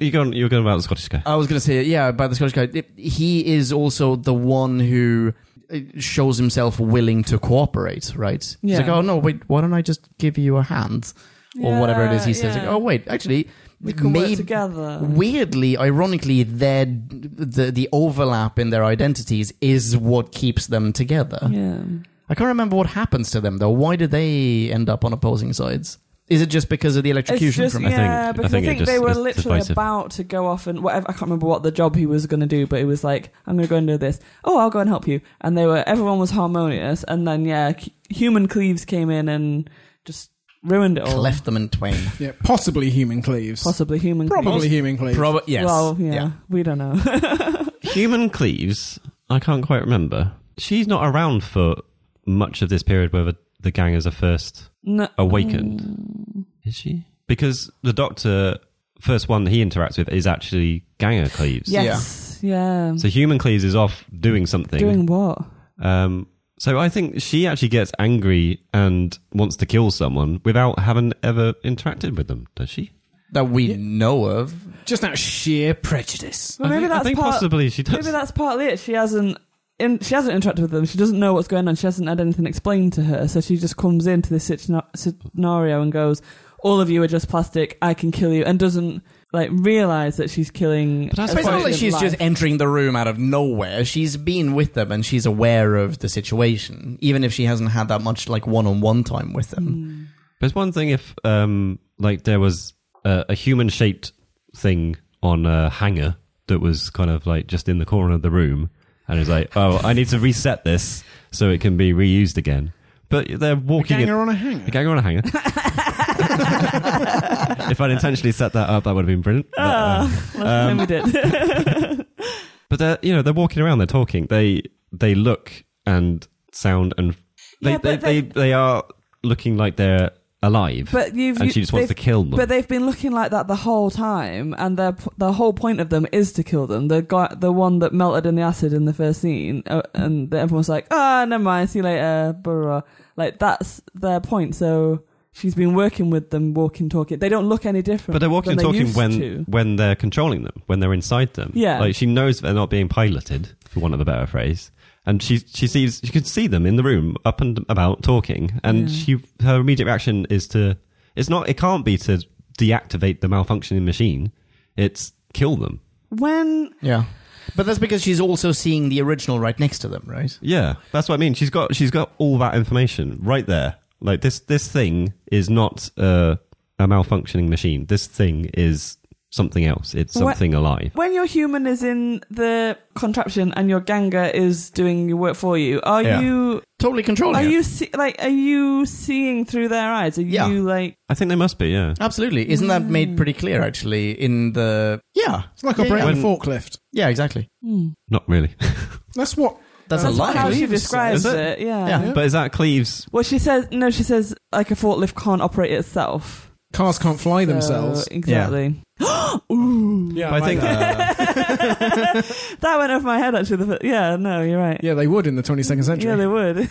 S1: You're going, you're going about the Scottish guy.
S2: I was going to say, yeah, by the Scottish guy. It- He is also the one who uh, shows himself willing to cooperate, right? He's
S4: Yeah.
S2: like, oh, no, wait, why don't I just give you a hand? Or whatever it is he
S4: Yeah,
S2: says. Like,
S4: yeah.
S2: oh, wait, actually,
S4: we can
S2: maybe-
S4: work together.
S2: Weirdly, ironically, their the the overlap in their identities is what keeps them together.
S4: yeah.
S2: I can't remember what happens to them though. Why do they end up on opposing sides? Is it just because of the
S4: It's
S2: electrocution
S4: just,
S2: from
S1: I think-
S4: yeah,
S1: I
S4: because I
S1: think
S4: think,
S1: it just-
S4: they were
S1: it's
S4: literally
S1: divisive.
S4: about to go off and whatever. I can't remember what the job he was going to do, but it was like, I'm going to go and do this. Oh, I'll go and help you. And they were, everyone was harmonious. And then, yeah, c- human cleaves came in and just ruined it all.
S2: cleft them in twain?
S3: Yeah, possibly human cleaves.
S4: Possibly human
S3: Probably
S4: cleaves.
S3: human cleaves.
S2: Probably yes.
S4: Well, yeah, we don't know.
S1: Human Cleaves, I can't quite remember. She's not around for much of this period where the, the gangers are first
S4: No. Mm,
S1: awakened. Is she? Because the Doctor, first one he interacts with is actually Ganger Cleaves.
S4: Yes. Yeah.
S1: So Human Cleaves is off doing something.
S4: Doing what?
S1: Um, so I think she actually gets angry and wants to kill someone without having ever interacted with them, does she?
S2: That we know of.
S3: Just out of sheer prejudice.
S4: Well,
S1: I
S4: maybe
S1: think, I
S4: that's
S1: think
S4: part,
S1: possibly she does.
S4: Maybe that's partly it. She hasn't. In, she hasn't interacted with them. She doesn't know what's going on. She hasn't had anything explained to her. So she just comes into this situ- scenario and goes, "All of you are just plastic. I can kill you," and doesn't like realize that she's killing.
S1: But that's
S4: a
S2: It's not
S1: why-
S2: like
S4: sentient
S2: she's just
S4: life.
S2: entering the room out of nowhere. She's been with them and she's aware of the situation, even if she hasn't had that much like one-on-one time with them.
S4: Mm.
S1: There's one thing if, um, like, there was a, a human shaped thing on a hanger that was kind of like just in the corner of the room, and it's like, oh, I need to reset this so it can be reused again. But they're
S3: A
S1: walking in-
S3: ganger on a
S1: a
S3: hanger.
S1: ganger on a hanger. if I'd intentionally set that up, that would have been brilliant. But, uh,
S4: Ah, well, we
S1: Um,
S4: did.
S1: but they're you know they're walking around, they're talking, they they look and sound and they
S4: Yeah,
S1: they,
S4: but
S1: they,
S4: they-
S1: they are looking like they're alive,
S4: but you've
S1: and she just wants to
S4: they've-
S1: kill them.
S4: But they've been looking like that the whole time, and their p- the whole point of them is to kill them. The guy, the one that melted in the acid in the first scene, uh, and that everyone's like, "Ah, never mind, see you later." Blah, blah, blah. Like that's their point. So she's been working with them, walking, talking. They don't look any different.
S1: But they're walking
S4: than
S1: and
S4: they
S1: talking
S4: used
S1: when
S4: to.
S1: when they're controlling them, when they're inside them.
S4: Yeah.
S1: like she knows they're not being piloted, for want of a better phrase. And she she sees she can see them in the room, up and about talking. And
S4: Yeah.
S1: she her immediate reaction is to it's not it can't be to deactivate the malfunctioning machine. It's kill them.
S4: when
S2: Yeah. But that's because she's also seeing the original right next to them, right?
S1: Yeah, that's what I mean. She's got she's got all that information right there. Like this this thing is not uh, a malfunctioning machine. This thing is something else. It's
S4: What-
S1: something alive.
S4: when your human is in the contraption and your ganga is doing your work for you, are
S2: Yeah.
S4: you
S2: Totally
S1: Oh,
S2: controlling
S4: are
S2: it.
S4: you see, like are you seeing through their eyes? Are
S2: Yeah.
S4: you like
S1: I think they must be. Yeah.
S2: Absolutely. Isn't that
S4: Mm.
S2: made pretty clear, actually, in the. Yeah.
S3: It's like
S2: Yeah,
S3: operating
S1: yeah.
S3: a forklift.
S2: Yeah, exactly.
S4: hmm.
S1: Not really.
S3: That's what. uh,
S2: That's,
S4: That's
S2: a lie.
S4: how she
S3: Leaves,
S4: describes
S1: is
S4: it.
S1: it?
S4: Yeah.
S2: Yeah.
S1: But is that Cleves?
S4: Well, she says no. She says like a forklift can't operate itself.
S3: Cars can't fly
S4: So,
S3: themselves.
S4: Exactly. Ooh.
S3: Yeah,
S1: But I think- uh,
S4: that went over my head actually. The, fir- yeah. No, you're right.
S3: Uh. yeah, they would in the 22nd century.
S4: Yeah, they would.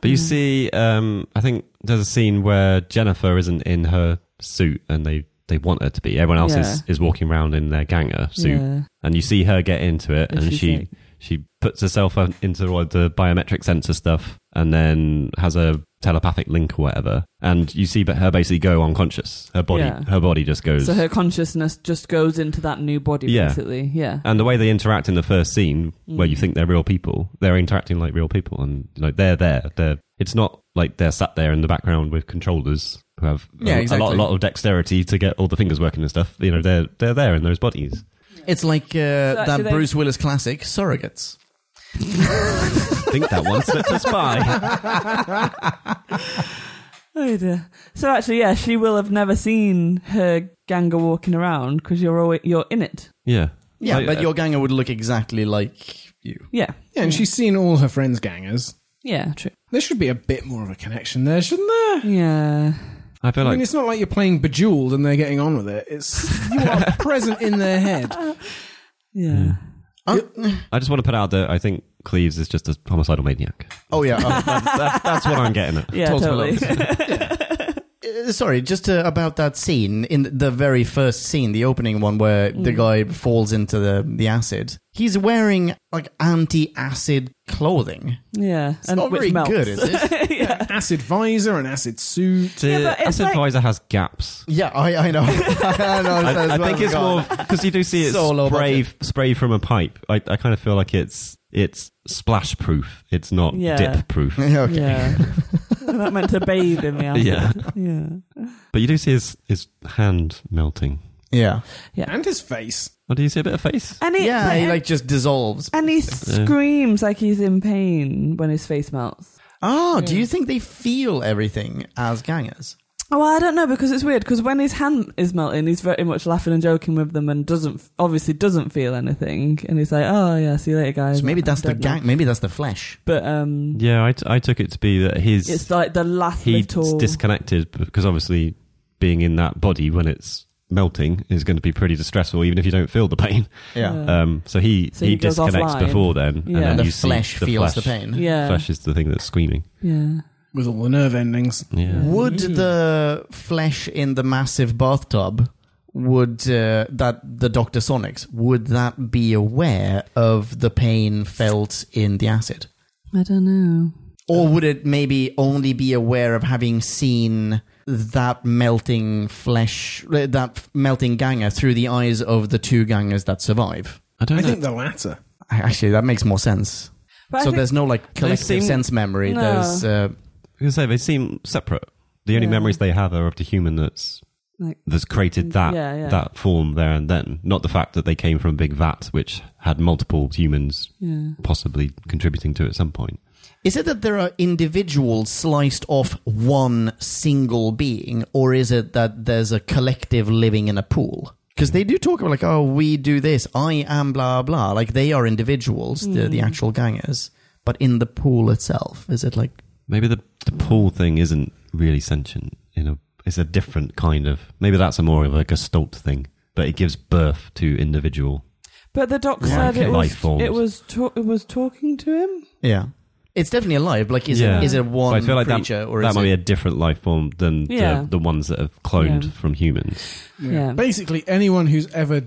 S1: But you
S4: Hmm.
S1: see, um, I think there's a scene where Jennifer isn't in her suit, and they they want her to be. Everyone else is,
S4: Yeah.
S1: is walking around in their ganger suit,
S4: Yeah.
S1: and you see her get into it,
S4: And
S1: and
S4: she's
S1: she
S4: like-
S1: she puts herself on- into all the biometric sensor stuff, and then has a telepathic link or whatever, and you see but her basically go unconscious. Her body
S4: Yeah.
S1: her body just goes.
S4: So her consciousness just goes into that new body,
S1: Yeah. Uh.
S4: basically. Yeah.
S1: and the way they interact in the first scene, where you
S4: Mm.
S1: think they're real people, they're interacting like real people, and like they're there. They're it's not like they're sat there in the background with controllers who have a-
S2: Yeah,
S1: a lot,
S2: exactly.
S1: lot of dexterity to get all the fingers working and stuff. You know, they're they're there in those bodies.
S2: It's like uh,
S4: actually
S2: that
S4: they-
S2: Bruce Willis classic, Surrogates.
S1: think that one slipped us by.
S4: Oh dear. So actually, yeah, she will have never seen her ganga walking around because you're always, you're in it.
S1: Yeah.
S2: Yeah,
S1: Like,
S2: but
S1: uh,
S2: your ganger would look exactly like you.
S4: Yeah.
S3: Yeah, and she's seen all her friends' gangers.
S4: Yeah. True.
S3: There should be a bit more of a connection there, shouldn't there?
S4: Yeah.
S1: I feel
S3: I mean,
S1: like
S3: it's not like you're playing Bejeweled and they're getting on with it. It's you are present in their head.
S4: Yeah.
S1: I just want to put out there. I think Cleves is just a homicidal maniac.
S2: Oh yeah. uh,
S1: That, that's what I'm getting at.
S4: Yeah.
S2: Told me
S4: Totally.
S2: Uh, sorry, just uh, about that scene in the very first scene, the opening one where
S4: Mm.
S2: the guy falls into the, the acid. He's wearing like anti-acid clothing.
S4: yeah.
S2: It's not
S4: which
S2: very
S4: melts.
S2: good, is it?
S4: yeah.
S3: Acid visor and acid suit.
S4: Yeah, but it's
S1: Acid
S4: like-
S1: Visor has gaps.
S2: yeah, I, I know. I, know
S1: I,
S2: that's
S1: I
S2: what
S1: think it's
S2: got.
S1: more because you do see it
S2: So low
S1: spray spray from a pipe. I, I kind of feel like it's it's splash proof. It's not
S4: Yeah.
S1: dip proof.
S2: Yeah, okay.
S4: Yeah. We're not meant to bathe in the acid.
S1: Yeah.
S4: Yeah.
S1: But you do see his his hand melting.
S2: Yeah,
S3: And his face.
S1: Or do you see a bit of face?
S4: And he,
S2: yeah.
S4: but-
S2: He
S4: and,
S2: like just dissolves.
S4: and he screams like he's in pain when his face melts.
S2: Oh, do you think they feel everything as gangers?
S4: Well, I don't know because it's weird because when his hand is melting, he's very much laughing and joking with them and doesn't obviously doesn't feel anything. And he's like, "Oh yeah, see you later, guys."
S2: So maybe that's the
S4: Don't know.
S2: gang. Maybe that's the flesh.
S4: But um,
S1: Yeah, I, t- I took it to be that his
S4: it's like the last
S1: he's
S4: little.
S1: disconnected because obviously being in that body when it's melting is going to be pretty distressful, even if you don't feel the pain.
S2: Yeah,
S1: Um, so he
S4: So
S1: he,
S4: he goes
S1: disconnects
S4: offline.
S1: before then,
S4: Yeah.
S1: and then
S2: and
S1: you
S2: the
S1: see
S2: flesh
S1: the
S2: feels the
S1: flesh.
S2: pain.
S4: yeah,
S1: Flesh is the thing that's screaming.
S4: yeah.
S3: With all the nerve endings.
S1: Yeah.
S2: Would
S4: Mm.
S2: the flesh in the massive bathtub would uh, that the Doctor Sonics would that be aware of the pain felt in the acid,
S4: I don't know.
S2: or would it maybe only be aware of having seen that melting flesh, uh, that melting ganger through the eyes of the two gangers that survive?
S1: I don't
S3: I
S1: know.
S3: think the latter.
S2: Actually, that makes more sense.
S4: But
S2: so
S4: I think-
S2: there's no like collective
S1: seem-
S2: sense memory.
S4: No.
S2: There's uh,
S1: I was gonna say they seem separate. The only
S4: Yeah.
S1: memories they have are of the human that's
S4: Like-
S1: that's created that
S4: Mm, Yeah, yeah.
S1: that form there and then, not the fact that they came from a big vat which had multiple humans
S4: yeah.
S1: possibly contributing to at some point.
S2: Is it that there are individuals sliced off one single being, or is it that there's a collective living in a pool? Because they do talk about like, oh, we do this, I am blah blah. Like they are individuals, the, the actual gangers, but in the pool itself, is it like
S1: Maybe the the pool thing isn't really sentient in a it's a different kind of maybe that's a more of a gestalt thing. But it gives birth to individual.
S4: But the doc
S1: Like
S4: said it
S1: life
S4: was
S1: forms.
S4: it was ta- it was talking to him.
S2: yeah, it's definitely alive. Like is
S1: Yeah.
S2: it is it
S1: But
S2: one
S1: I feel like that,
S2: creature or
S1: that
S2: is
S1: might
S2: it
S1: be a different life form than
S4: Yeah.
S1: the, the ones that have cloned
S4: Yeah.
S1: from humans.
S4: Yeah.
S3: Basically, anyone who's ever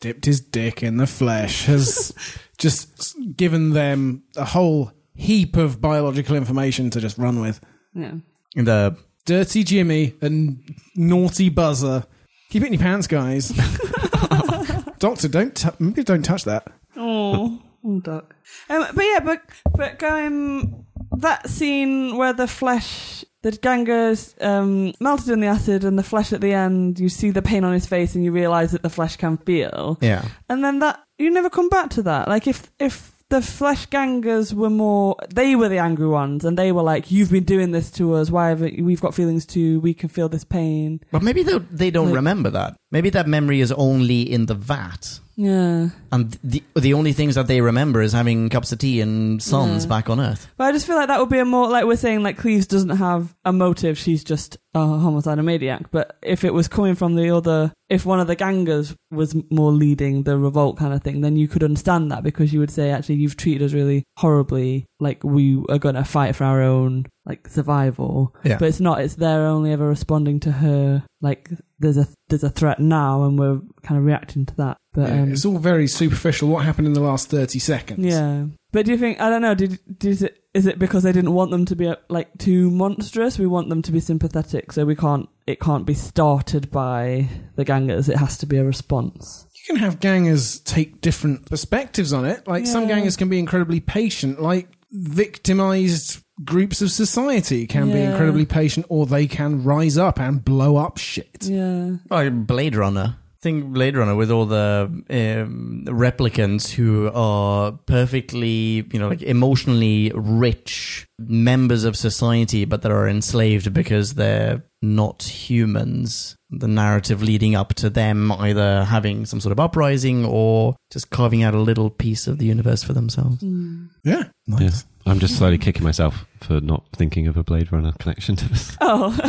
S3: dipped his dick in the flesh has just s- given them a whole heap of biological information to just run with.
S4: Yeah.
S2: the
S3: Dirty Jimmy and naughty buzzer. Keep it in your pants, guys. Doctor, don't t- maybe don't touch that.
S4: Oh, duck. Um, but yeah, but but going that scene where the flesh, the gangers um, melted in the acid, and the flesh at the end, you see the pain on his face, and you realise that the flesh can feel.
S2: yeah
S4: And then that you never come back to that. Like if if the flesh gangers were more, they were the angry ones, and they were like, "You've been doing this to us. Why have it, we've got feelings too? We can feel this pain."
S2: But maybe they, they don't
S4: Like-
S2: remember that. Maybe that memory is only in the vat.
S4: Yeah.
S2: And the the only things that they remember is having cups of tea and suns
S4: Yeah.
S2: back on Earth.
S4: But I just feel like that would be a more like we're saying like Cleves doesn't have a motive; she's just a homicidal maniac. But if it was coming from the other, if one of the gangers was more leading the revolt kind of thing, then you could understand that because you would say actually you've treated us really horribly, like we are gonna fight for our own like survival.
S2: Yeah.
S4: But it's not; it's they're only ever responding to her like there's a there's a threat now, and we're kind of reacting to that. But
S3: Yeah,
S4: um,
S3: it's all very superficial. What happened in the last thirty seconds?
S4: yeah, but do you think I don't know? Did did it? Is it because they didn't want them to be uh, like too monstrous? We want them to be sympathetic, so we can't. It can't be started by the gangers. It has to be a response.
S3: you can have gangers take different perspectives on it. Like some
S4: Yeah.
S3: gangers can be incredibly patient, like victimized groups of society can be
S4: Yeah.
S3: incredibly patient, or they can rise up and blow up shit.
S4: Yeah,
S2: Like Blade Runner. thing Blade Runner with all the um, replicants who are perfectly, you know, like emotionally rich members of society, but that are enslaved because they're not humans. The narrative leading up to them either having some sort of uprising or just carving out a little piece of the universe for themselves.
S4: Hmm.
S3: Yeah.
S1: Yes. I'm just slowly kicking myself for not thinking of a Blade Runner connection to this.
S4: Oh.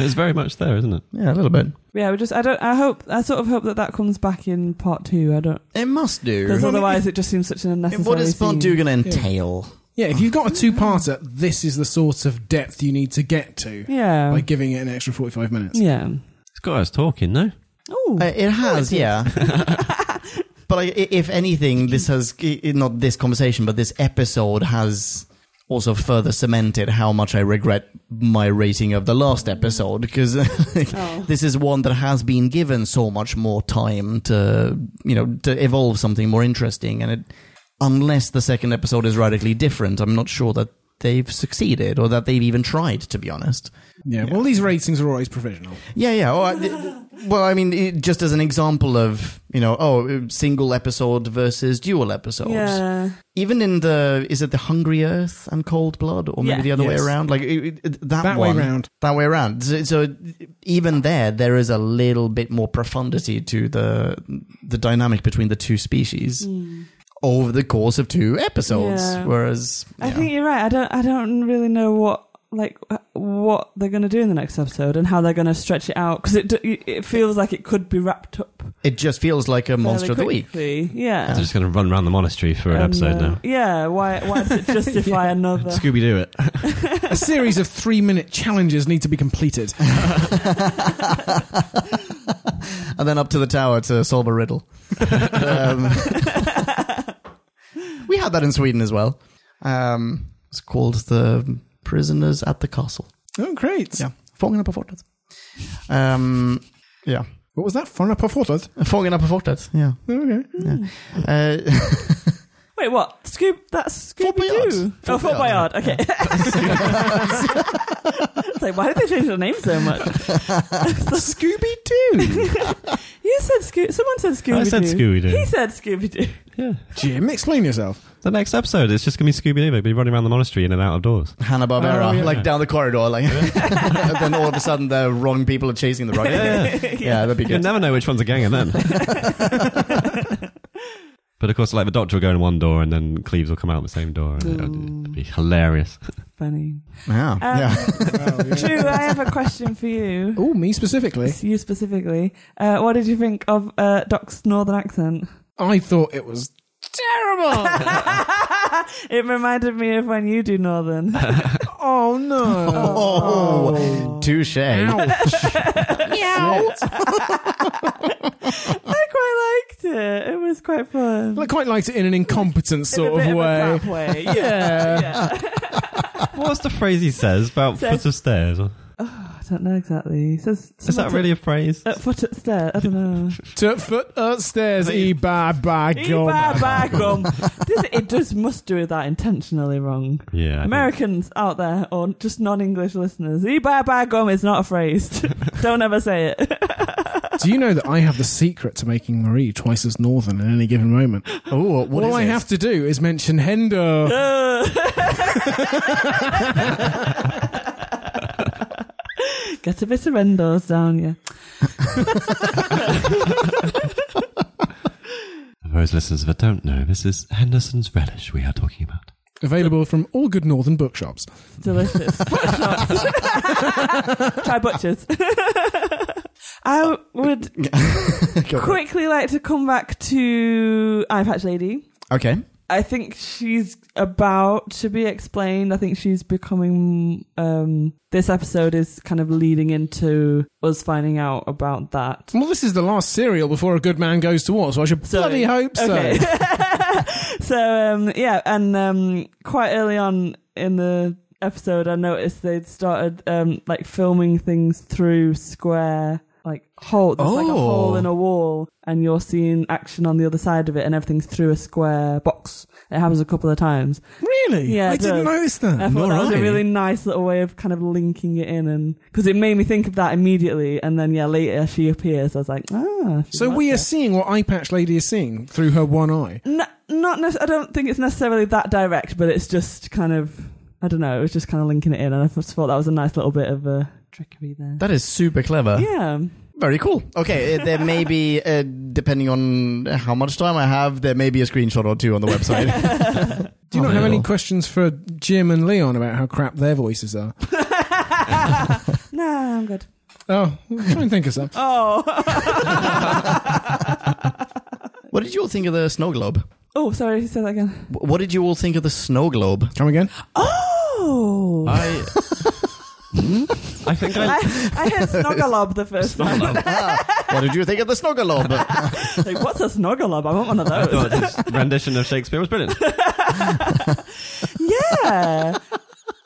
S1: It's very much there, isn't it?
S2: Yeah, a little bit.
S4: Yeah, we just. I don't. I hope. I sort of hope that that comes back in part two. I don't.
S2: It must do.
S4: Because otherwise, it just seems such an unnecessary.
S2: what is part
S4: scene.
S2: two going to entail?
S3: Yeah, if you've got a two parter, this is the sort of depth you need to get to
S4: Yeah.
S3: by giving it an extra 45 minutes.
S4: yeah.
S1: It's got us talking, no?
S4: Oh.
S2: Uh, it has,
S4: did.
S2: yeah. but like, i- if anything, this has i- i- not this conversation, but this episode has also further cemented how much I regret my rating of the last episode because like,
S4: Oh.
S2: this is one that has been given so much more time to you know to evolve something more interesting, and it unless the second episode is radically different, I'm not sure that they've succeeded or that they've even tried. To be honest.
S3: Yeah, well, these ratings are always provisional.
S2: Yeah, yeah. Well, I, well, I mean, it, just as an example of you know, oh, single episode versus dual episodes.
S4: Yeah.
S2: Even in the is it the Hungry Earth and Cold Blood, or maybe
S4: Yeah.
S2: the other
S3: Yes.
S2: way around? Like it, it- it- that,
S3: That
S2: one,
S3: way round.
S2: That way around. So, so even there, there is a little bit more profundity to the the dynamic between the two species
S4: Hmm.
S2: over the course of two episodes.
S4: Mm. Yeah.
S2: Whereas,
S4: I
S2: yeah.
S4: think you're right. I don't. I don't really know what like wh- what they're going to do in the next episode and how they're going to stretch it out because it d- it feels like it could be wrapped up.
S2: it just feels like a monster of the week.
S4: week. Yeah.
S1: They're just going to run around the monastery for an
S4: And,
S1: episode
S4: uh,
S1: now.
S4: Yeah. Why? Why does it justify another?
S1: Scooby Doo it.
S3: a series of three minute challenges need to be completed.
S2: and then up to the tower to solve a riddle. um, we had that in Sweden as well. Um, it's called the Prisoners at the Castle.
S3: Oh, great.
S2: Yeah, Fångarna på fortet. Um, yeah,
S3: What was that? Fångarna på fortet?
S2: Fångarna på fortet. Yeah.
S3: Okay.
S2: Uh,
S4: Wait, what? Scoop? That's
S2: Fort
S4: Scooby Doo.
S2: Boyard.
S4: Oh,
S2: Fort
S4: Fort Boyard.
S2: Boyard.
S4: Okay. It's like, why did they change the name so much?
S3: Scooby Doo!
S4: You said Scoop. Someone said Scooby Doo.
S1: I said Scooby Doo.
S4: He said Scooby Doo.
S1: Yeah.
S3: Jim, explain yourself.
S1: The next episode, it's just going to be Scooby Doo. They'll be running around the monastery in and out of doors.
S2: Hanna Barbera,
S3: Oh, yeah.
S2: like down the corridor, like. and then all of a sudden, the wrong people are chasing the right. Yeah,
S1: Yeah.
S2: that'd be
S1: You'll
S2: good.
S1: never know which one's a ganger then. but of course, like the doctor will go in one door and then Cleves will come out the same door. And it'll, it'll be hilarious.
S4: Funny.
S2: Yeah, yeah.
S4: Drew, I have a question for you.
S3: Oh, me specifically.
S4: It's You specifically. Uh, what did you think of uh, Doc's northern accent?
S3: I thought it was terrible.
S4: it reminded me of when you do northern.
S3: oh, no.
S4: um,
S2: Oh, touche.
S3: Ow.
S4: I quite liked it. It was quite fun.
S3: I quite liked it in an incompetent
S4: In a
S3: sort
S4: bit
S3: of way.
S4: Of a crap way. Yeah. yeah.
S1: What's the phrase he says about
S4: Says-
S1: foot of stairs?
S4: I don't know exactly. It says
S1: Is that really a phrase?
S4: At foot at stair, I don't know.
S3: to foot upstairs, e ba ba
S4: Eat
S3: gum.
S4: bad bad gum. Does it, it does must do that intentionally wrong.
S1: Yeah. I think-
S4: Americans out there, or just non-English listeners, "eat bad bad gum" is not a phrase. Don't ever say it.
S3: Do you know that I have the secret to making Marie twice as northern at any given moment?
S2: Oh, what
S3: All
S2: is
S3: I
S2: this?
S3: have to do is mention Hendo.
S4: Get a bit of Rendos down, yeah.
S1: For those listeners that don't know, this is Henderson's Relish we are talking about.
S3: Available from all good northern bookshops.
S4: It's delicious. Butchershops. Try butchers. I would
S2: Go for it.
S4: quickly like to come back to Eye Patch Lady.
S2: Okay.
S4: I think she's about to be explained. I think she's becoming. Um, this episode is kind of leading into us finding out about that.
S3: Well, this is the last serial before a good man goes to war, so I should
S4: So-
S3: bloody hope so.
S4: Okay. so um, yeah, and um, quite early on in the episode, I noticed they'd started um, like filming things through square like hole. There's like a
S2: Oh.
S4: hole in a wall, and you're seeing action on the other side of it, and everything's through a square box. It happens a couple of times.
S3: Really?
S4: Yeah,
S3: I
S4: it
S3: didn't
S4: does.
S3: notice that.
S4: I thought that was a
S1: Alright.
S4: really nice little way of kind of linking it in, and because it made me think of that immediately, and then yeah, later she appears. I was like, ah. she
S3: So
S4: was
S3: we are
S4: there.
S3: seeing what Eye Patch Lady is seeing through her one eye.
S4: N- not nec- I don't think it's necessarily that direct, but it's just kind of I don't know. It was just kind of linking it in, and I just thought that was a nice little bit of a trickery there.
S2: That is super
S3: uh,
S2: clever.
S4: yeah,
S2: Very cool. Okay, uh, there may be, uh, depending on how much time I have, there may be a screenshot or two on the website.
S3: Do you
S2: Oh,
S3: not have
S2: no.
S3: any questions for Jim and Leon about how crap their voices are?
S4: nah, I'm good.
S3: Oh, try and think of some.
S4: Oh.
S2: what did you all think of the snow globe?
S4: oh, sorry, say that again.
S2: Wh- What did you all think of the snow globe?
S3: Come again?
S4: Oh.
S1: I, I think I,
S4: I, I heard snoggalob the first time.
S2: Ah, what did you think of the snow globe?
S4: Like, what's a snoggalob? I want one
S2: Oh,
S4: of
S1: I
S4: those.
S1: thought this rendition of Shakespeare was brilliant.
S4: yeah.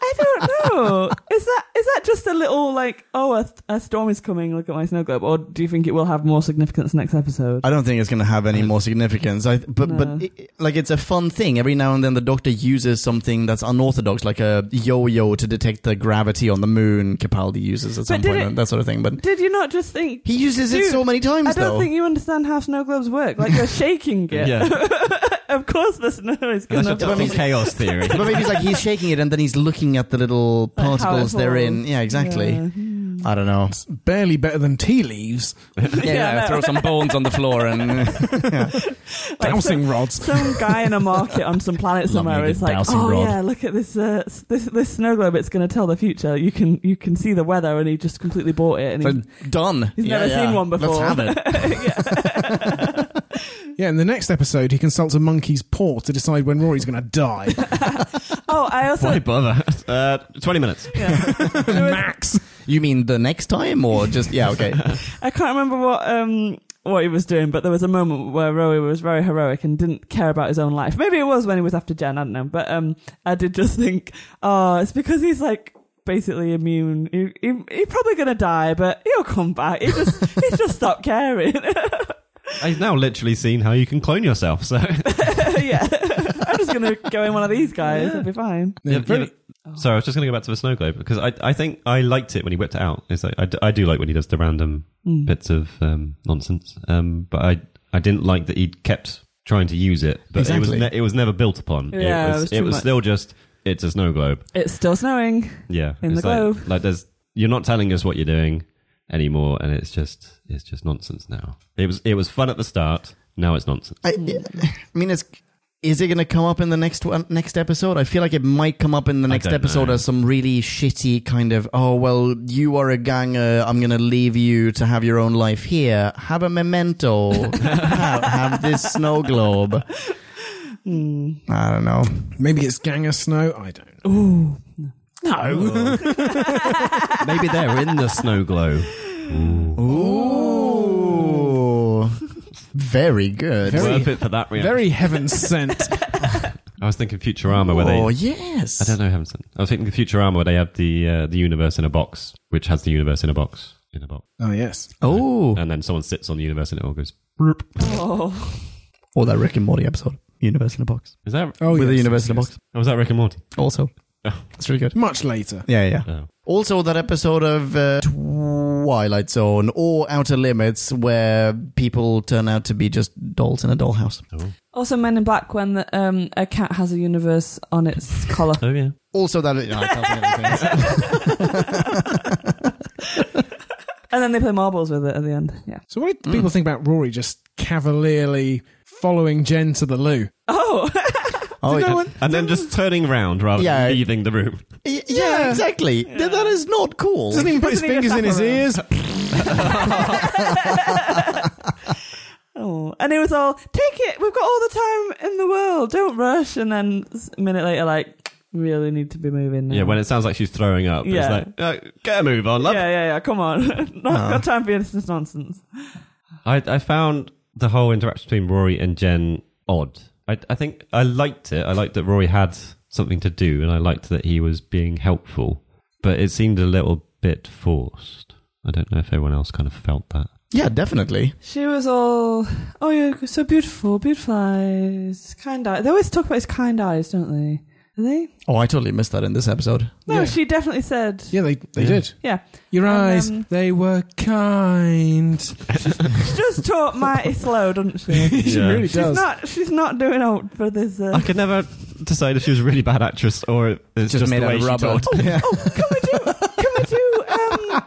S4: I don't know. Is that is that just a little like oh a, a storm is coming? Look at my snow globe. Or do you think it will have more significance next episode?
S2: I don't think it's going to have any more significance. I, but
S4: No.
S2: but it, like it's a fun thing. Every now and then the doctor uses something that's unorthodox, like a yo-yo to detect the gravity on the moon. Capaldi uses at some
S4: did
S2: point
S4: it-
S2: and that sort of thing. But
S4: Did you not just think?
S2: he uses it
S4: Dude,
S2: so many times
S4: I don't
S2: though.
S4: think you understand how snow globes work. Like you're shaking it.
S1: Yeah.
S4: of course the snow
S1: And
S4: is going
S1: that's your
S4: to.
S1: fucking chaos theory.
S2: but maybe he's like he's shaking it and then he's looking at the little
S4: Like how it
S2: particles therein.
S4: falls.
S2: Yeah, exactly. I don't know.
S3: It's barely better than tea leaves.
S2: Yeah,
S4: no.
S5: throw some bones on the floor and
S3: Dowsing rods.
S4: some guy in a market on some planet somewhere
S2: Lovely
S4: is like,
S2: dowsing
S4: "Oh
S2: rod."
S4: yeah, look at this uh, s- this this snow globe. It's going to tell the future. You can you can see the weather." And he just completely bought it. And
S2: So,
S4: he,
S2: done.
S4: He's
S2: Yeah,
S4: never
S2: yeah.
S4: seen one before.
S2: Let's have it.
S3: Yeah, in the next episode, he consults a monkey's paw to decide when Rory's going to die.
S4: oh, I also
S1: Why bother? Uh, 20 minutes.
S4: yeah. There was-
S3: Max.
S2: You mean the next time or just yeah? Okay.
S4: I can't remember what um what he was doing, but there was a moment where Rory was very heroic and didn't care about his own life. Maybe it was when he was after Jen, I don't know. But um, I did just think, oh, it's because he's like basically immune. He, he, he's probably gonna die, but he'll come back. He just he just stopped caring.
S1: I've now literally seen how you can clone yourself, so.
S4: yeah, I'm just gonna go in one of these guys. It'll be fine.
S3: Yeah, very-
S1: Oh. Sorry, I was just going to go back to the snow globe because I, I think I liked it when he whipped it out. It's like, I, d- I do like when he does the random
S4: Mm.
S1: bits of um, nonsense, um, but I I didn't like that he kept trying to use it. But it was
S2: Exactly.
S1: ne- it was never built upon.
S4: Yeah,
S1: it
S4: it
S1: was,
S4: was too much.
S1: still just it's a snow globe.
S4: It's still snowing.
S1: Yeah,
S4: In the
S1: it's like,
S4: globe.
S1: Like there's you're not telling us what you're doing anymore, and it's just it's just nonsense now. It was it was fun at the start. Now it's nonsense.
S2: I,
S3: Mm.
S2: I mean, it's is it going to come up in the next one, next episode? I feel like it might come up in the
S1: I
S2: next
S1: don't
S2: episode
S1: know.
S2: as some really shitty kind of. Oh well, you are a ganger. I'm going to leave you to have your own life here. Have a memento. have, have this snow globe.
S3: Hmm.
S4: Mm.
S2: I don't know.
S3: Maybe it's Gang of Snow. I don't. know.
S4: Ooh,
S1: No, maybe they're in the snow globe.
S2: Ooh, very good.
S3: Very-
S1: Worth it for that reaction.
S3: Very heaven sent.
S1: I was thinking Futurama where they.
S2: oh
S1: I
S2: yes.
S1: don't know. I haven't seen. I was thinking Futurama where they had the uh, the universe in a box, which has the universe in a box in a box,
S3: oh, yes.
S2: Oh,
S1: and then someone sits on the universe and it all goes.
S4: oh,
S2: or that Rick and Morty episode, Universe in a Box.
S1: Is that?
S3: Oh,
S2: With
S3: yes,
S2: the Universe
S3: yes,
S2: in a
S3: yes.
S2: Box,
S1: Oh, was that Rick and Morty?
S2: also.
S1: Oh.
S2: It's really good.
S3: Much later.
S2: Yeah, yeah.
S1: Oh.
S2: Also, that episode of uh, Twilight Zone or Outer Limits where people turn out to be just dolls in a dollhouse.
S1: Oh.
S4: also Men in Black when the, um a cat has a universe on its collar.
S1: Oh yeah.
S2: Also, that. no, I can't think of anything else.
S4: And then they play marbles with it at the end. Yeah.
S3: So, what did people think about Rory just cavalierly following Jen to the loo?
S4: Oh,
S2: Oh,
S3: Did no
S2: yeah.
S3: one-
S1: And then just turning round rather
S2: Yeah.
S1: than leaving the room.
S2: Y- yeah,
S3: Yeah.
S2: exactly. Th- That is not cool.
S3: Doesn't even put his
S4: Doesn't even
S3: fingers in his
S4: flap around.
S3: ears.
S4: oh, and it was all take it. We've got all the time in the world. Don't rush. And then s- a minute later, like really need to be moving. Now.
S1: Yeah, when it sounds like she's throwing up.
S4: Yeah.
S1: It's like uh, get a move on, love. Uh-huh.
S4: yeah, yeah, yeah. Come on, not got time for your this nonsense.
S1: I I found the whole interaction between Rory and Jen odd. I I think I liked it. I liked that Rory had something to do, and I liked that he was being helpful. But it seemed a little bit forced. I don't know if everyone else kind of felt that.
S2: Yeah, definitely.
S4: She was all, oh, you're so beautiful, beautiful eyes, kind eyes. They always talk about his kind eyes, don't they? Are they?
S2: Oh, I totally missed that in this episode.
S4: No,
S3: Yeah.
S4: she definitely said,
S3: Yeah, they, they
S1: Yeah.
S3: did.
S4: yeah.
S3: Your
S4: And,
S3: eyes,
S4: um,
S3: they were kind.
S4: She does talk mighty slow, doesn't she?
S3: she
S1: Yeah.
S3: really
S4: She's
S3: does.
S4: not. She's not doing out for this. Uh,
S1: I could never decide if she was a really bad actress or it's just,
S5: Just made
S1: the
S5: out
S1: way
S5: of
S1: she
S5: rubber.
S1: talked.
S2: Oh, Yeah.
S4: can we do? Can we do?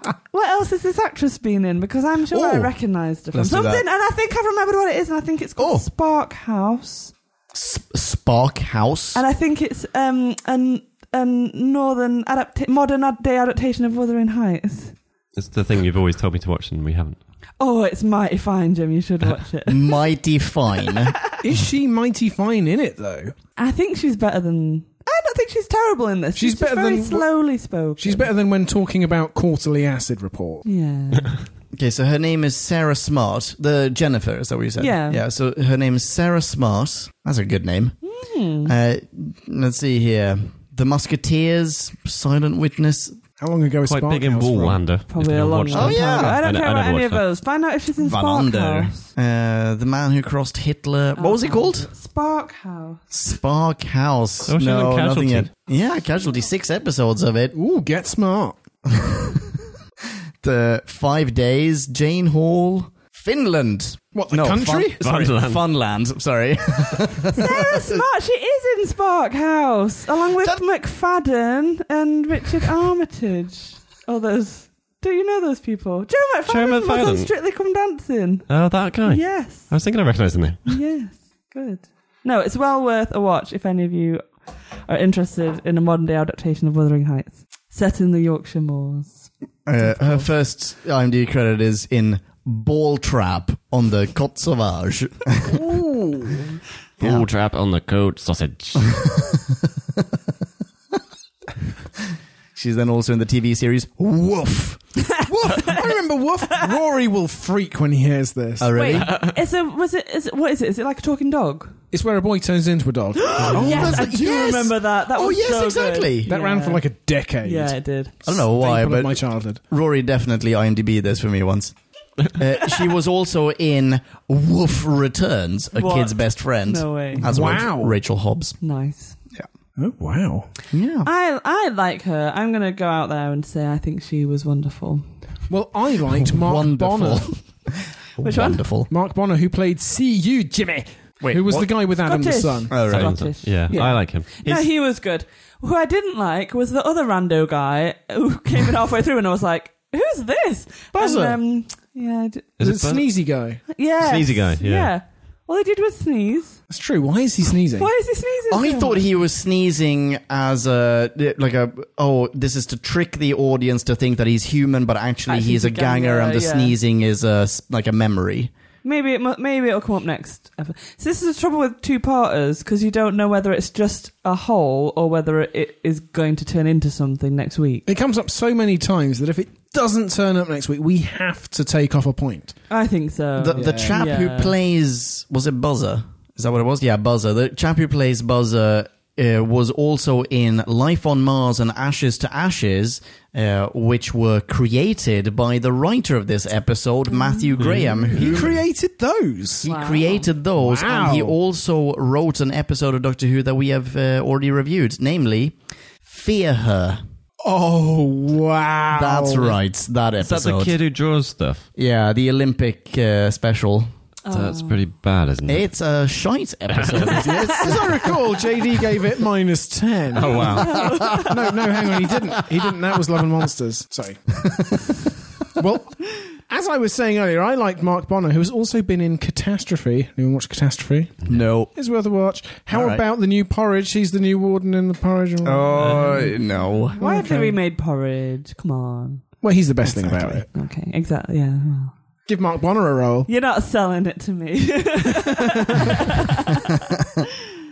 S4: Um, what else has this actress been in? Because I'm sure I
S2: Ooh.
S4: recognised her from
S2: Let's do
S4: something,
S2: that.
S4: and I think I've remembered what it is, and I think it's called
S2: Oh.
S4: Spark House,
S2: S- Spark House.
S4: and I think it's um an an northern adapta- modern ad- day adaptation of Wuthering Heights.
S1: It's the thing you've always told me to watch and we haven't.
S4: Oh, it's mighty fine, Jim. You should watch it.
S2: Mighty fine.
S3: Is she mighty fine in it, though?
S4: I think she's better than. I don't think she's terrible in this.
S3: She's
S4: She's, just
S3: better
S4: very
S3: than-
S4: slowly spoken.
S3: She's better than when talking about quarterly acid report.
S4: Yeah.
S2: Okay, so her name is Sarah Smart. The Jennifer, is that what you said?
S4: Yeah.
S2: Yeah, so her name is Sarah Smart. That's a good name.
S4: Hmm.
S2: Uh, let's see here. The Musketeers, Silent Witness.
S3: How long ago is
S1: Quite
S3: Spark
S1: big in
S3: House from?
S1: Wallander. if
S4: Probably
S1: you
S4: a
S1: haven't
S4: long
S1: watched
S4: time
S2: Oh,
S1: it.
S2: yeah.
S4: ago. I
S1: I
S4: don't
S1: ne-
S4: care
S1: I
S4: about
S1: never
S4: any
S1: watched
S4: of those. Find out if she's in
S2: Van
S4: Spark
S2: Under.
S4: House.
S2: Uh, the Man Who Crossed Hitler. What
S4: Um, Oh.
S2: was it called?
S4: Spark House.
S2: Spark House.
S1: Oh, she's
S2: no,
S1: in
S2: nothing
S1: Casualty.
S2: yet. Yeah, Casualty. Six episodes of it.
S3: Ooh, get smart.
S2: The Five Days, Jane Hall, Finland.
S3: What, the
S2: no,
S3: country?
S2: Fun, sorry,
S1: Funland.
S2: Funland. Sorry.
S4: Sarah Smart, she is in Spark House, along with
S2: That-
S4: McFadden and Richard Armitage. Oh, those. Do you know those people? Joe McFadden,
S1: Joe
S4: was on
S1: McFadden.
S4: Strictly Come Dancing.
S1: Oh, that guy.
S4: Yes.
S1: I was thinking I recognised the name.
S4: yes. Good. No, it's well worth a watch if any of you are interested in a modern day adaptation of Wuthering Heights, set in the Yorkshire Moors.
S2: Uh, her first IMDb credit is in Ball Trap on the Côte Sauvage.
S3: Ooh.
S2: Yeah.
S1: Bull trap on the coat sausage.
S2: She's then also in the TV series Woof.
S3: Woof! I remember Woof. Rory will freak when he hears this.
S2: Oh, really?
S4: Wait, it's a was it is it, what is it? Is it like a talking dog?
S3: It's where a boy turns into a dog.
S2: oh,
S4: yes,
S2: that's
S4: I
S2: the-
S4: do
S2: yes!
S4: remember that. That
S2: Oh,
S4: was
S2: yes,
S4: so good.
S2: exactly.
S3: That ran for like a decade.
S4: yeah, it did.
S2: I don't know why,
S3: Staple of
S2: but-
S3: my childhood.
S2: Rory definitely IMDb this for me once. Uh, she was also in Woof Returns, a
S4: What?
S2: kid's best friend.
S4: No way.
S2: As Ra-
S3: Wow.
S2: Rachel Hobbs. Ah,
S4: Nice.
S3: Oh wow!
S2: Yeah.
S4: I I like her. I'm gonna go out there and say I think she was wonderful.
S3: Well, I liked Mark
S2: Wonderful.
S3: Bonner.
S4: Which one?
S2: Wonderful.
S3: Mark Bonner, who played See You Jimmy,
S2: Wait,
S3: who was
S2: what?
S3: the guy with Adam the
S4: Scottish.
S3: Son.
S2: Oh, right.
S4: Scottish.
S1: Yeah,
S3: Yeah.
S1: I like him.
S4: no,
S1: He's-
S4: he was good. Who I didn't like was the other rando guy who came in halfway through, and I was like, "Who's this?"
S3: Buzzer.
S4: And, um, yeah, I d-
S1: is
S3: the
S1: it Buzz-
S3: sneezy guy.
S4: yeah,
S1: Sneezy guy, yeah.
S4: All he did was sneeze.
S3: That's true. Why is he sneezing?
S4: Why is he sneezing?
S2: I
S4: so
S2: thought
S4: much?
S2: he was sneezing as a like a oh this is to trick the audience to think that he's human, but actually,
S4: Actually,
S2: he's a ganger, and the
S4: yeah.
S2: sneezing is a s- like a memory.
S4: Maybe it mu- maybe it'll come up next. episode. So this is the trouble with two parters because you don't know whether it's just a hole or whether it is going to turn into something next week.
S3: It comes up so many times that if it doesn't turn up next week, we have to take off a point.
S4: I think so.
S2: The, the
S3: Yeah.
S2: chap
S4: Yeah.
S2: who plays was it Buzzer? Is that what it was? Yeah, Buzzer. The chap who plays Buzzer uh, was also in Life on Mars and Ashes to Ashes, uh, which were created by the writer of this episode,
S1: Mm-hmm.
S2: Matthew Graham,
S3: He
S2: who
S3: created those.
S2: He
S4: Wow.
S2: created those,
S3: Wow.
S2: and he also wrote an episode of Doctor Who that we have uh, already reviewed, namely Fear Her.
S3: Oh wow!
S2: That's right, that
S1: is that
S2: episode.
S1: the kid who draws stuff?
S2: Yeah, the Olympic uh, special.
S1: That's pretty bad, isn't it?
S2: It's a shite episode. yes.
S3: As I recall, JD gave it minus ten.
S1: Oh wow!
S3: no, no, hang on. He didn't. He didn't. That was Love and Monsters. Sorry. well, as I was saying earlier, I liked Mark Bonner, who has also been in Catastrophe. Anyone watch Catastrophe?
S2: No.
S3: It's worth a watch. How
S2: All right.
S3: about the new Porridge? He's the new warden in the Porridge.
S2: Oh no.
S4: Why have they
S3: Okay.
S4: remade porridge? Come on.
S3: Well, he's the best thing about it.
S4: Okay, exactly. Yeah.
S3: Give Mark Bonner a role.
S4: You're not selling it to me.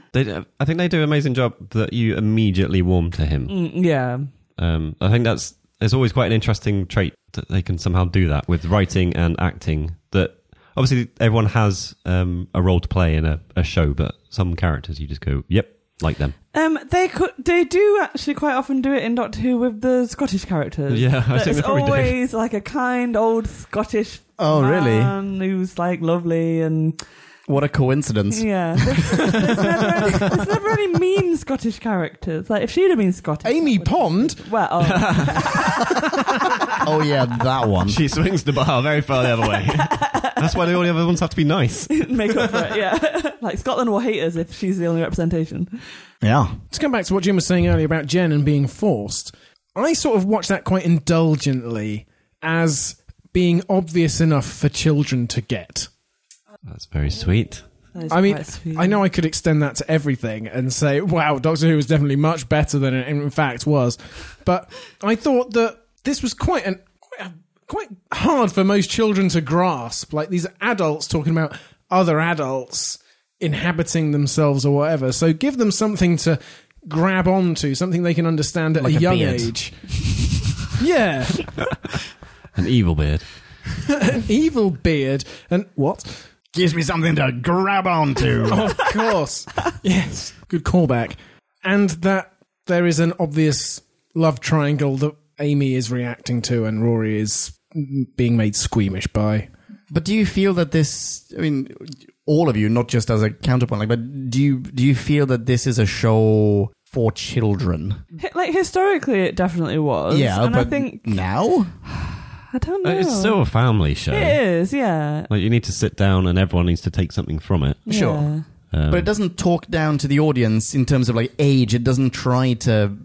S1: they, do- I think they do an amazing job that you immediately warm to him.
S4: Mm, yeah.
S1: Um, I think that's it's always quite an interesting trait that they can somehow do that with writing and acting. That obviously everyone has um, a role to play in a, a show, but some characters you just go, "Yep, like them.
S4: Um, they could, they do actually quite often do it in Doctor Who with the Scottish characters.
S1: Yeah, I think
S4: There's
S1: they probably do.
S4: always like a kind old Scottish
S2: Oh, really?
S4: man who's like lovely and
S2: What a coincidence.
S4: yeah. There's, there's never any, there's never any mean Scottish characters. Like if she'd have been Scottish,
S3: Amy
S4: that would-
S3: Pond.
S4: Well, oh,
S2: Oh, yeah, that one.
S1: She swings the bar very far the other way. That's why they all the other ones have to be nice.
S4: make up for it. Yeah, like Scotland will hate us if she's the only representation.
S2: Yeah.
S3: To come back to what Jim was saying earlier about Jen and being forced, I sort of watched that quite indulgently as being obvious enough for children to get.
S1: That's very sweet.
S4: That is
S3: I mean,
S4: quite sweet.
S3: I know I could extend that to everything and say, wow, Doctor Who was definitely much better than it in fact was. But I thought that this was quite an quite, a- quite hard for most children to grasp. Like these are adults talking about other adults inhabiting themselves or whatever. So give them something to grab onto, something they can understand at
S5: Like
S3: a
S5: a
S3: young
S5: beard.
S3: age. yeah,
S1: An evil beard.
S3: an evil beard and what?
S2: Gives me something to grab onto.
S3: of course. yes. Good callback. And that there is an obvious love triangle that Amy is reacting to and Rory is being made squeamish by.
S2: But do you feel that this? I mean, all of you, not just as a counterpoint, like, but do you do you feel that this is a show for children?
S4: Hi- like historically, it definitely was.
S2: yeah,
S4: and
S2: but Uh,
S4: I think
S2: now,
S4: I don't know.
S1: It's still a family show.
S4: It is, yeah.
S1: Like you need to sit down and everyone needs to take something from it.
S2: Sure.
S4: Yeah.
S1: Um,
S2: but it doesn't talk down to the audience in terms of like age. It doesn't try to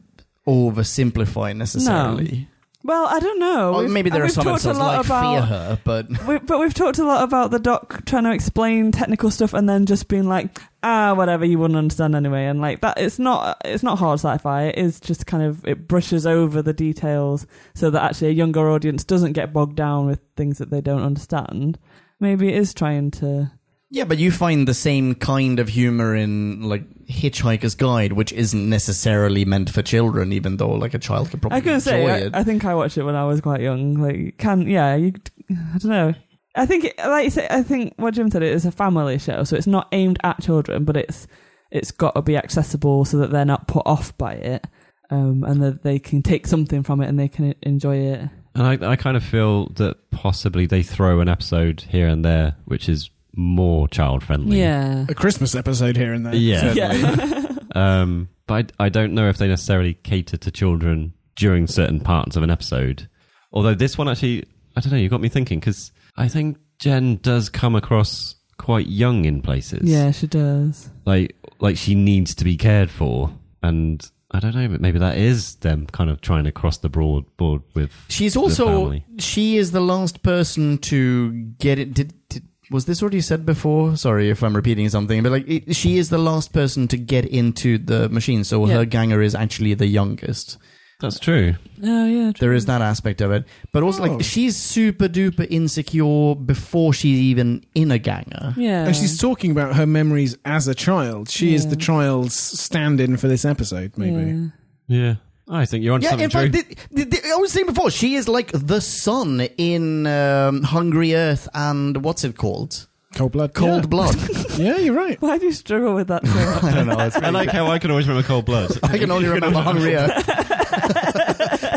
S2: oversimplify necessarily.
S4: Well, I don't know.
S2: Well,
S4: We've-
S2: Oh, maybe there are
S4: we've
S2: some
S4: talked a
S2: episodes
S4: lot
S2: like
S4: about,
S2: fear her, but
S4: We, but we've talked a lot about the doc trying to explain technical stuff and then just being like, ah, whatever, you wouldn't understand anyway, and like that. It's not it's not hard sci-fi. It is just kind of it brushes over the details so that actually a younger audience doesn't get bogged down with things that they don't understand. Maybe it is trying to.
S2: yeah, but you find the same kind of humor in like Hitchhiker's Guide, which isn't necessarily meant for children, even though like a child could probably
S4: I can
S2: enjoy
S4: say
S2: it.
S4: I, I think I watched it when I was quite young. Like you can yeah, you I don't know. I think it, like you say, I think what Jim said it is a family show, so it's not aimed at children, but it's it's got to be accessible so that they're not put off by it, um, and that they can take something from it and they can enjoy it.
S1: and I, I kind of feel that possibly they throw an episode here and there which is more child friendly.
S4: Yeah,
S3: A Christmas episode here and there.
S1: Yeah.
S4: yeah.
S1: Um, but I, I don't know if they necessarily cater to children during certain parts of an episode. Although this one actually, I don't know, you got me thinking because I think Jen does come across quite young in places.
S4: yeah, she does.
S1: Like, like she needs to be cared for. And I don't know, but maybe that is them kind of trying to cross the broad board with.
S2: She's
S1: the
S2: also
S1: family.
S2: she is the last person to get it. Did, did was this already said before? Sorry if I'm repeating something, but like it, she is the last person to get into the machine, so
S4: Yeah.
S2: her ganger is actually the youngest.
S1: That's true.
S4: Oh yeah,
S2: There is that aspect of it, but also
S3: Oh.
S2: like she's super duper insecure before she's even in a ganger.
S4: Yeah,
S3: And she's talking about her memories as a child. She is
S4: Yeah.
S3: the child's stand in for this episode, maybe.
S4: Yeah.
S1: Yeah. I think you're on
S2: Yeah,
S1: something,
S2: in fact, th- th- th- I was saying before, she is like the sun in um, Hungry Earth and what's it called?
S3: Cold blood.
S2: Cold Blood.
S3: blood. Yeah, you're right.
S4: Why do you struggle with that? So much?
S2: I don't know. It's
S1: I like how I can always remember Cold Blood.
S2: I can only remember Hungry Earth.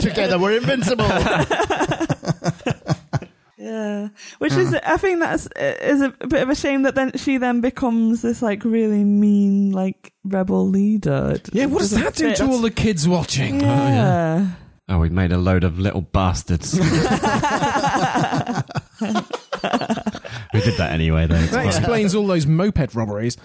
S2: Together we're invincible.
S4: Yeah, which is
S3: Uh-huh.
S4: I think that's is a bit of a shame that then she then becomes this like really mean like rebel leader. It
S3: Yeah, what does
S4: doesn't
S3: that do
S4: fit.
S3: to all the kids watching?
S4: Yeah.
S1: Oh, we made a load of little bastards.
S3: Oh,
S1: we did that anyway, though. It's
S3: That
S1: fine.
S3: explains all those moped robberies.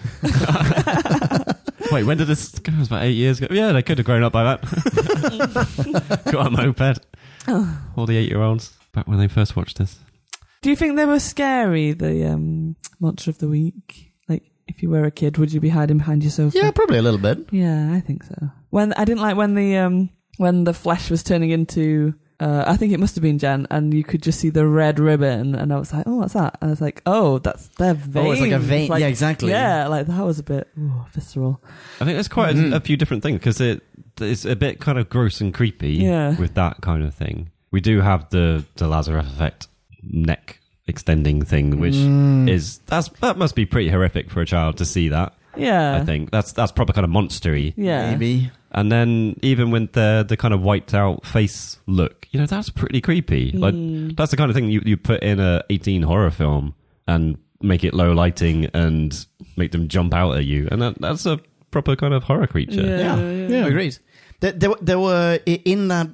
S1: Wait, when did this? It was about eight years ago. Yeah, they could have grown up by that. Got a moped.
S2: Oh.
S1: All the eight-year-olds back when they first watched this.
S4: Do you think they were scary? The um, monster of the week. Like, if you were a kid, would you be hiding behind your sofa?
S2: yeah, probably a little bit.
S4: Yeah, I think so. When I didn't like when the um when the flesh was turning into uh, I think it must have been Jen, and you could just see the red ribbon, and I was like, "Oh, what's that?" And I was like, "Oh, that's their vein."
S2: Oh, it's like a vein. yeah, exactly.
S4: Yeah, like that was a bit ooh, visceral.
S1: I think there's quite
S3: Mm.
S1: a, a few different things because it it's a bit kind of gross and creepy
S4: Yeah.
S1: with that kind of thing. We do have the the Lazarus effect neck extending thing, which
S3: Mm.
S1: is that's that must be pretty horrific for a child to see that.
S4: Yeah.
S1: I think that's that's proper kind of monstery.
S4: Yeah.
S2: Maybe.
S1: And then even with the the kind of wiped out face look, you know, that's pretty creepy.
S4: Mm.
S1: Like that's the kind of thing you, you put in a 18 horror film and make it low lighting and make them jump out at you. And that, that's a proper kind of horror creature.
S4: Yeah,
S2: yeah,
S4: yeah.
S2: agreed. There, there, were- there were i- in that,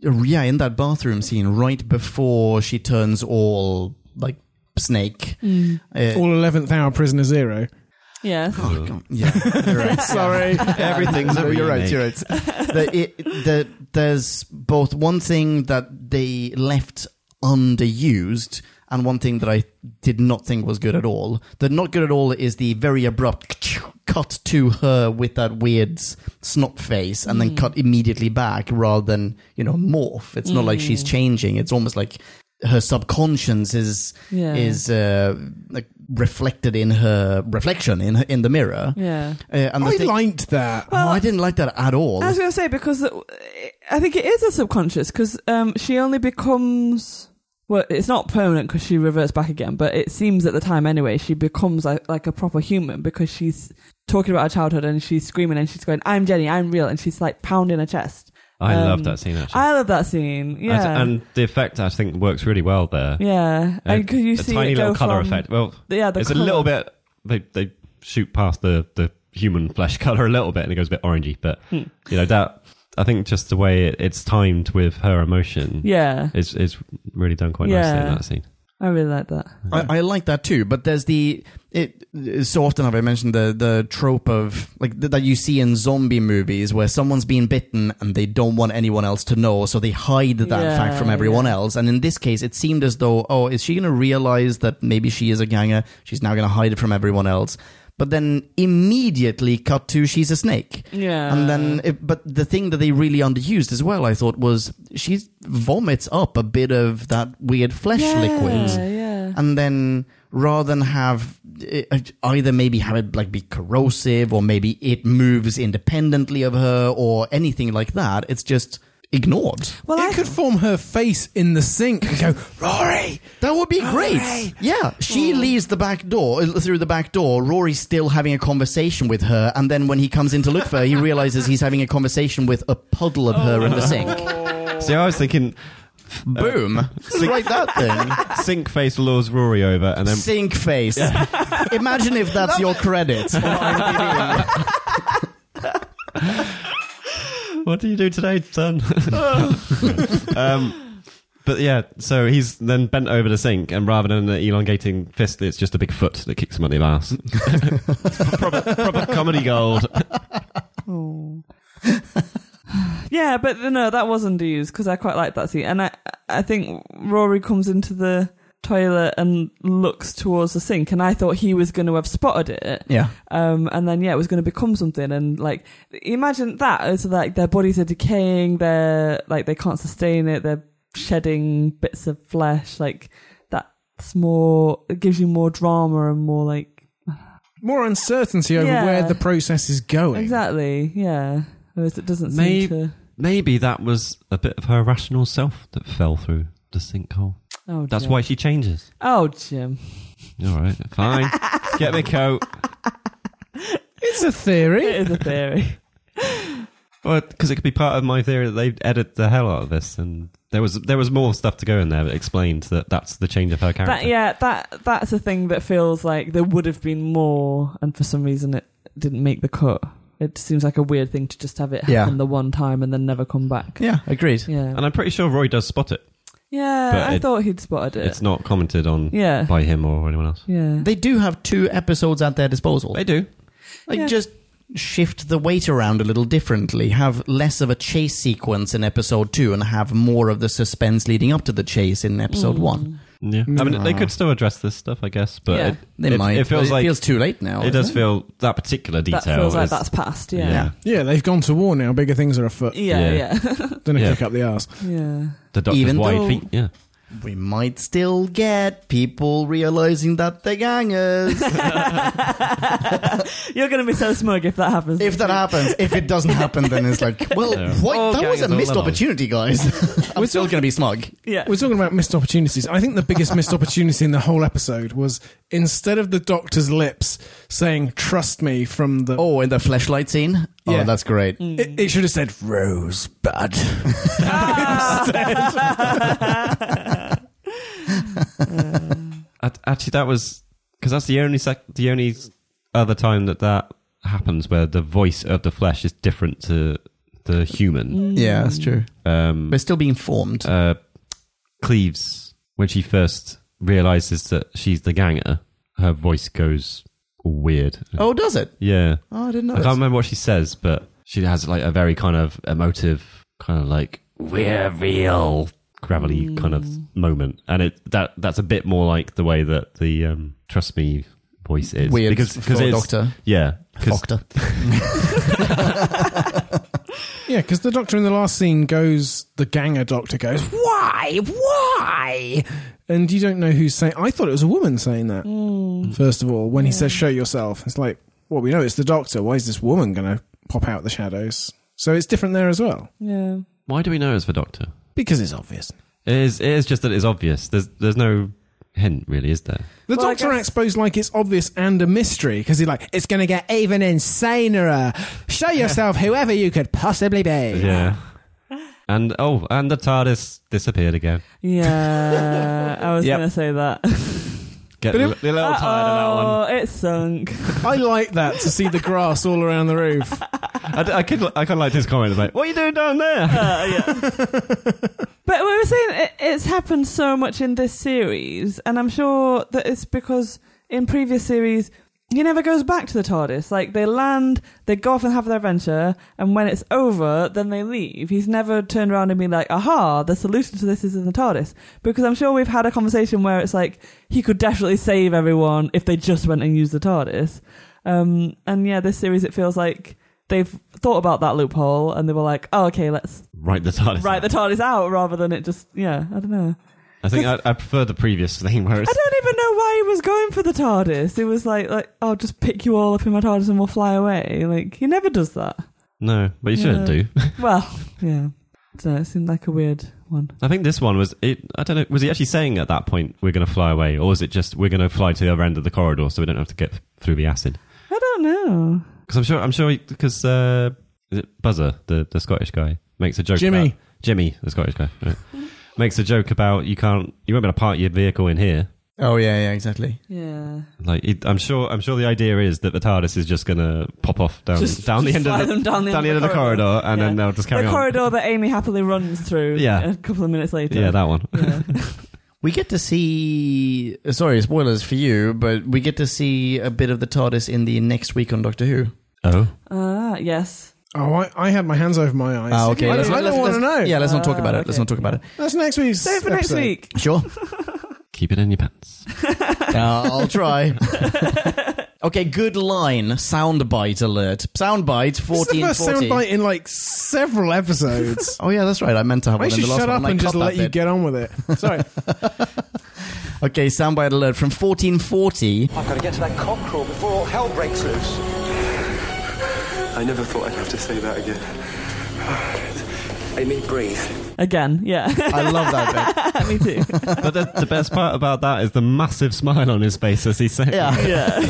S2: yeah, in that bathroom scene right before she turns all like snake.
S4: Mm.
S2: Uh,
S3: All 11th hour prisoner zero.
S4: Yes.
S2: oh, God. yeah, you're right.
S3: Sorry.
S1: Everything's a
S2: No, you're right.
S1: remake.
S2: You're right. the, it, the, there's both one thing that they left underused and one thing that I did not think was good at all. The not good at all is the very abrupt cut to her with that weird snot face and then
S4: Mm.
S2: cut immediately back rather than, you know, morph. It's not like she's
S4: Mm.
S2: changing. It's almost like her subconscious is
S4: Yeah.
S2: is uh, like reflected in her reflection in her, in the mirror.
S4: Yeah. Oh,
S2: Uh, and the
S3: I
S2: thing-
S3: liked that.
S2: oh, I didn't like that at all.
S4: I was going to say because it- I think it is a subconscious because um, she only becomes well, it's not permanent because she reverts back again, but it seems at the time anyway she becomes like, like a proper human because she's talking about her childhood and she's screaming and she's going, "I'm Jenny, I'm real," and she's like pounding her chest.
S1: I
S4: Um,
S1: love that scene actually.
S4: I love that scene.
S1: And-
S4: Yeah,
S1: and, the effect I think works really well there.
S4: yeah,
S1: A-
S4: and because you
S1: a
S4: see
S1: tiny
S4: it go
S1: little color
S4: from-
S1: effect. Well,
S4: Yeah, the
S1: it's
S4: colour.
S1: a little bit. They they shoot past the the human flesh color a little bit, and it goes a bit orangey. But
S4: Hmm.
S1: you know that I think just the way it, it's timed with her emotion
S4: Yeah,
S1: is is really done quite nicely
S4: Yeah.
S1: in that scene.
S4: I really like that.
S2: I, I like that too, but there's the it so often have I mentioned the the trope of like th- that you see in zombie movies where someone's been bitten and they don't want anyone else to know, so they hide that
S4: Yeah,
S2: fact from everyone
S4: yeah.
S2: else. And in this case, it seemed as though oh, is she going to realize that maybe she is a ganger? She's now going to hide it from everyone else. But then immediately cut to she's a snake.
S4: Yeah,
S2: And then,
S4: Uh,
S2: it, but the thing that they really underused as well, I thought, was she vomits up a bit of that weird flesh
S4: yeah,
S2: liquid
S4: Yeah,
S2: and then rather than have it, either maybe have it like be corrosive or maybe it moves independently of her or anything like that it's just ignored
S4: well, I
S3: it could form her face in the sink and go, Rory!
S2: that would
S4: Oh,
S2: be great
S3: Rory!
S2: yeah she leaves the back door eh, through the back door rory's still having a conversation with her and then when he comes in to look for her he realizes he's having a conversation with a puddle of her in
S4: Oh.
S2: the sink
S1: See, I was thinking
S2: boom right that thing
S1: sink face lures Rory over, and then
S2: sink face imagine if that's your credit on IMDb.
S1: what do you do today, son? um, but yeah, so he's then bent over the sink, and rather than an elongating fist, it's just a big foot that kicks him on the ass. proper, proper comedy gold.
S4: Oh. yeah, but no, that was underused because I quite liked that scene, and I I think Rory comes into the toilet and looks towards the sink, and I thought he was going to have spotted it,
S2: yeah
S4: um, and then yeah, it was going to become something, and like imagine that as like their bodies are decaying, they're like they can't sustain it, they're shedding bits of flesh, like that's more it gives you more drama and more like
S3: More uncertainty over
S4: Yeah.
S3: where the process is going.
S4: exactly, yeah. Whereas it doesn't seem
S1: May-
S4: to.
S1: Maybe that was a bit of her rational self that fell through the sinkhole.
S4: Oh,
S1: That's
S4: dear.
S1: why she changes.
S4: Oh, Jim.
S1: All right, fine. Get me a coat.
S3: It's a theory.
S4: It is a theory.
S1: Well, because it could be part of my theory that they edit the hell out of this, and there was there was more stuff to go in there that explained that that's the change of her character.
S4: that yeah, that that's a thing that feels like there would have been more, and for some reason it didn't make the cut. It seems like a weird thing to just have it
S2: Yeah.
S4: happen the one time and then never come back.
S2: yeah agreed
S4: Yeah,
S1: And I'm pretty sure Roy does spot it.
S4: yeah.
S1: But
S4: I
S1: it-
S4: thought he'd spotted it.
S1: It's not commented on
S4: uh, yeah,
S1: by him or anyone else.
S4: yeah.
S2: They do have two episodes at their disposal.
S1: They do.
S2: like
S4: Yeah.
S2: just shift the weight around a little differently. Have less of a chase sequence in episode two, and have more of the suspense leading up to the chase in episode
S4: Mm.
S2: one.
S1: Yeah. I mean, they could still address this stuff, I guess, but
S4: Yeah.
S1: it,
S2: They
S1: it,
S2: might.
S1: it feels
S2: but
S1: like
S2: it feels too late
S1: Oh,
S2: now.
S1: it does
S2: doesn't
S1: feel that particular detail.
S4: That feels like
S1: is-
S4: that's past. Yeah,
S3: Yeah, they've gone to war
S4: E-
S3: now. Bigger things are afoot.
S4: yeah, yeah, yeah.
S3: Then a
S1: Yeah.
S3: kick up the arse.
S4: yeah.
S1: The doctor's
S2: Even
S1: wide
S2: though-
S1: feet. Yeah.
S2: We might still get people realizing that they're gangers.
S4: You're going to be so smug if that happens.
S2: if that happens, if it doesn't happen, then it's like, well,
S1: Yeah.
S2: what?
S5: All
S2: that was
S5: gangers
S2: a
S5: are
S2: missed
S1: alike.
S2: opportunity, guys. I'm still going to be smug.
S4: yeah.
S3: We're talking about missed opportunities. I think the biggest missed opportunity in the whole episode was instead of the doctor's lips saying "trust me" from
S1: Uh,
S3: the,
S2: Oh, in the flashlight scene.
S3: Yeah.
S2: Oh, that's great.
S3: it, it should have said "Rosebud."
S1: Act- Actually, that was because that's the only sec- the only other time that that happens where the voice of the flesh is different to the human.
S4: Mm.
S2: Yeah, that's true.
S1: Um,
S2: We're still being formed.
S1: uh, Cleves, when she first realizes that she's the ganger, her voice goes weird.
S2: oh, does it?
S1: Yeah.
S2: Oh, I didn't know.
S1: I
S2: this.
S1: can't remember what she says, but she has like a very kind of emotive, kind of like we're real, gravelly kind of moment, and it that that's a bit more like the way that the um, trust me voice is
S2: Weird for
S1: it's-
S2: doctor.
S1: yeah 'cause-
S2: Doctor.
S3: yeah, because the doctor in the last scene goes, the ganger doctor goes, "Why? Why?" And you don't know who's saying. I thought it was a woman saying that.
S4: Mm.
S3: First of all, when he says "show yourself," it's like, well, we know it's the doctor. Why is this woman going to pop out the shadows? So it's different there as well
S4: yeah.
S1: why do we know it's for doctor?
S3: because it's obvious.
S1: It is it is just that it's obvious. There's there's no hint really, is there?
S3: The
S4: Well, I
S3: Doctor
S4: guess-
S3: exposed like it's obvious and a mystery because he's like, it's going to get even insaner. Show yourself, whoever you could possibly be.
S1: Yeah. And oh, and the TARDIS disappeared again.
S4: Yeah. I was
S5: Yep.
S4: going to say that.
S1: Get
S3: But it-
S1: a little tired of that one.
S4: Oh, it sunk.
S3: I like that to see the grass all around the roof.
S1: I, d- I, could, I kind of like his comment. It's like, what are you doing down there?
S4: Uh, yeah. but we were saying it, it's happened so much in this series, and I'm sure that it's because in previous series he never goes back to the TARDIS. Like they land, they go off and have their adventure, and when it's over, then they leave. He's never turned around and been like, "Aha, the solution to this is in the TARDIS." Because I'm sure we've had a conversation where it's like he could definitely save everyone if they just went and used the TARDIS. Um, and yeah, this series it feels like they've thought about that loophole and they were like, "Oh, okay, let's
S1: Right, the TARDIS.
S4: write the TARDIS out rather than it just yeah I don't know
S1: I think I, I prefer the previous thing where
S4: I
S1: it's
S4: don't even know why he was going for the TARDIS it was like like I'll just pick you all up in my TARDIS and we'll fly away like he never does that
S1: no, but you shouldn't
S4: Yeah.
S1: do.
S4: well yeah so it seemed like a weird one
S1: I think this one was it. I don't know. Was he actually saying at that point we're going to fly away, or is it just we're going to fly to the other end of the corridor so we don't have to get through the acid?
S4: I don't know
S1: Because I'm sure I'm sure because uh, is it Buzzer the the Scottish guy makes a joke.
S3: Jimmy.
S1: about- Jimmy, the Scottish guy, right. makes a joke about you can't you won't be able to park your vehicle in here.
S2: Oh yeah, yeah, exactly.
S4: yeah
S1: Like it, I'm sure I'm sure the idea is that the TARDIS is just going to pop off down down the end
S4: just
S1: of
S4: fly
S1: the
S4: them down the
S1: down the end of the corridor, and then
S4: Yeah.
S1: they'll just carry
S4: the
S1: on.
S4: corridor that Amy happily runs through
S1: Yeah.
S4: a couple of minutes later
S1: Yeah, that one.
S4: yeah.
S2: We get to see. uh, Sorry, spoilers for you, but we get to see a bit of the TARDIS in the next week on Doctor Who.
S1: Oh,
S4: ah yes
S3: Oh, I, I had my hands over my eyes.
S2: Ah, okay.
S3: I,
S2: let's
S3: don't-
S2: not-
S3: I don't
S2: let's-
S3: want to know.
S1: Oh,
S2: let's- Yeah, let's not talk
S4: Ah,
S2: about it. Let's
S4: okay.
S2: not talk about it.
S3: That's next week's.
S4: save for next
S3: episode.
S4: week
S2: Sure.
S1: keep it in your pants.
S2: Uh, I'll try. okay, good line. Soundbite alert. Soundbite
S3: This is
S2: 1440.
S3: the first soundbite in like several episodes.
S2: Oh yeah, that's right. I meant to have
S3: I
S2: one in
S3: should
S2: the last
S3: shut
S2: one.
S3: up
S2: I
S3: and just
S2: cut that
S3: let you
S2: bit.
S3: get on with it. Sorry.
S2: Okay, soundbite alert from 1440.
S6: I've got to get to that cockerel before all hell breaks loose.
S7: I never thought I'd have to say that again. Amy, breathe.
S4: again yeah
S2: I love that bit.
S4: me too
S1: But the, the best part about that is the massive smile on his face as he said,
S2: Yeah.
S4: yeah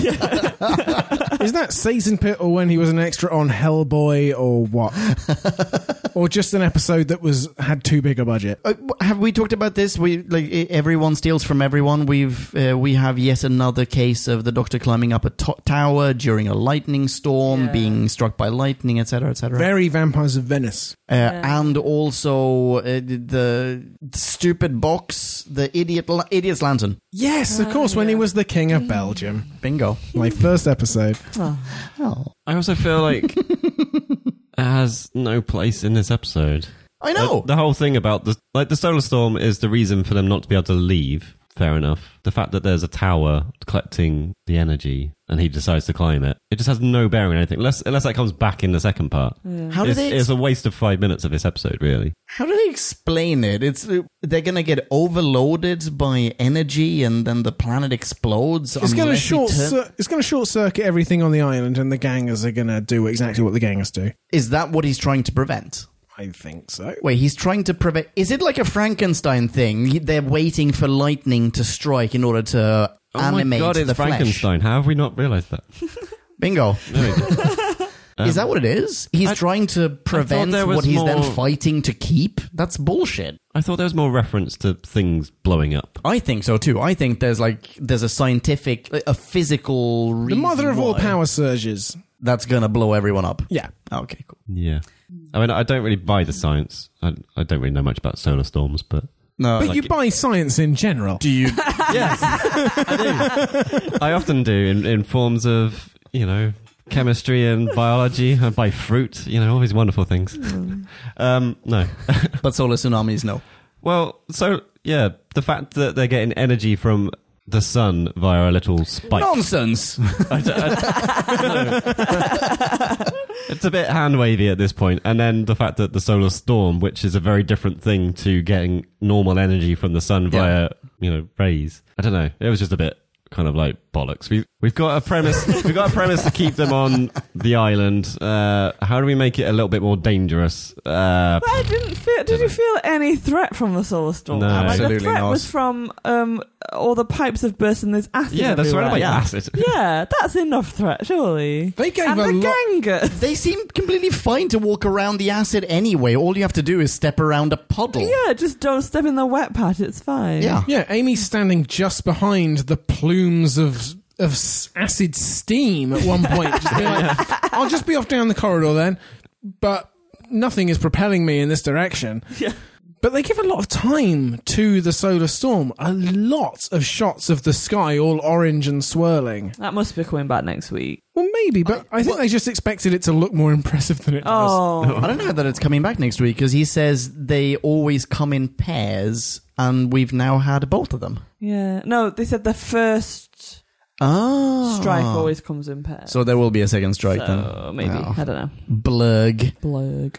S3: Is that Satan Pit or when he was an extra on Hellboy or what? or just an episode that was had too big a budget?
S2: Uh, have we talked about this? We like e- everyone steals from everyone. We've uh, we have yet another case of the Doctor climbing up a to- tower during a lightning storm,
S4: Yeah.
S2: being struck by lightning, etc., etc.
S3: Very Vampires of Venice.
S2: Uh,
S4: Yeah.
S2: and also uh, the the stupid box, the idiot la- idiot's lantern.
S3: Yes, of
S4: Ah,
S3: course, when he
S4: yeah.
S3: was the king of Belgium.
S2: Bingo.
S3: My first episode.
S4: Oh.
S2: Oh.
S1: I also feel like it has no place in this episode.
S2: I know.
S1: The, the whole thing about the like the solar storm is the reason for them not to be able to leave. Fair enough. The fact that there's a tower collecting the energy and he decides to climb it, it just has no bearing on anything, unless, unless that comes back in the second part.
S4: Yeah.
S2: How do
S1: it's,
S2: they?
S1: it's a waste of five minutes of this episode, really.
S2: How do they explain it? It's uh, they're gonna get overloaded by energy, and then the planet explodes.
S3: It's going to
S2: unless you
S3: short.
S2: turn-
S3: cir- it's going to short circuit everything on the island, and the gangers are going to do exactly what the gangers do.
S2: Is that what he's trying to prevent?
S3: I think so.
S2: Wait, he's trying to prevent. Is it like a Frankenstein thing? He- They're waiting for lightning to strike in order to animate
S1: Oh my god, it's
S2: the flesh.
S1: Frankenstein. How have we not realised that?
S2: Bingo.
S1: There we go. Um,
S2: is that what it is? He's
S1: I-
S2: trying to prevent
S1: there was
S2: what he's then
S1: more-
S2: fighting to keep? That's bullshit.
S1: I thought there was more reference to things blowing up.
S2: I think so too. I think there's like there's a scientific, a physical
S3: The
S2: reason
S3: mother of all
S2: why
S3: power surges.
S2: that's gonna blow everyone up. Ah,
S3: Yeah.
S2: Okay, cool.
S1: Yeah. I mean, I don't really buy the science. I, I don't really know much about solar storms, but
S2: No,
S3: But
S1: like
S3: you
S1: it.
S3: buy science in general.
S2: do you?
S1: yes, I do. I often do in, in forms of you know chemistry and biology. I buy fruit. You know all these wonderful things. Um, no,
S2: but solar tsunamis, no.
S1: well, so yeah, the fact that they're getting energy from the sun via a little spike.
S2: Nonsense.
S1: I d- I- no. It's a bit hand wavy at this point, and then the fact that the solar storm, which is a very different thing to getting normal energy from the sun via you know rays. I don't know. It was just a bit kind of like bollocks. We we've got a premise. we've got a premise to keep them on the island. Uh, how do we make it a little bit more dangerous? Uh,
S4: But I didn't feel. Did you feel any threat from the solar storm?
S1: No.
S4: like
S2: Absolutely
S4: the threat
S2: not.
S4: was from um, all the pipes have burst and there's acid.
S1: yeah, that's right
S4: everywhere.
S1: about
S2: Yeah.
S1: acid.
S4: Yeah, that's enough threat, surely.
S3: They gave
S4: and
S3: a
S4: the
S3: lot.
S4: ganger.
S2: they seem completely fine to walk around the acid anyway. All you have to do is step around a puddle.
S4: Yeah, just don't step in the wet patch. It's fine.
S2: Yeah.
S3: Yeah, Amy's standing just behind the plumes of of s- acid steam at one point. Just being like, I'll just be off down the corridor then, but nothing is propelling me in this direction.
S4: Yeah.
S3: But they give a lot of time to the solar storm. A lot of shots of the sky all orange and swirling.
S4: That must be coming back next week.
S3: Well, maybe, but I, think they just expected it to look more impressive than it does.
S4: Oh,
S2: I don't know that it's coming back next week because he says they always come in pairs, and we've now had both of them.
S4: yeah. No, they said the first
S2: Oh.
S4: strike always comes in pairs.
S2: So there will be a second strike
S4: So
S2: then.
S4: maybe
S2: Yeah.
S4: I don't know.
S2: Blurg.
S4: Blurg.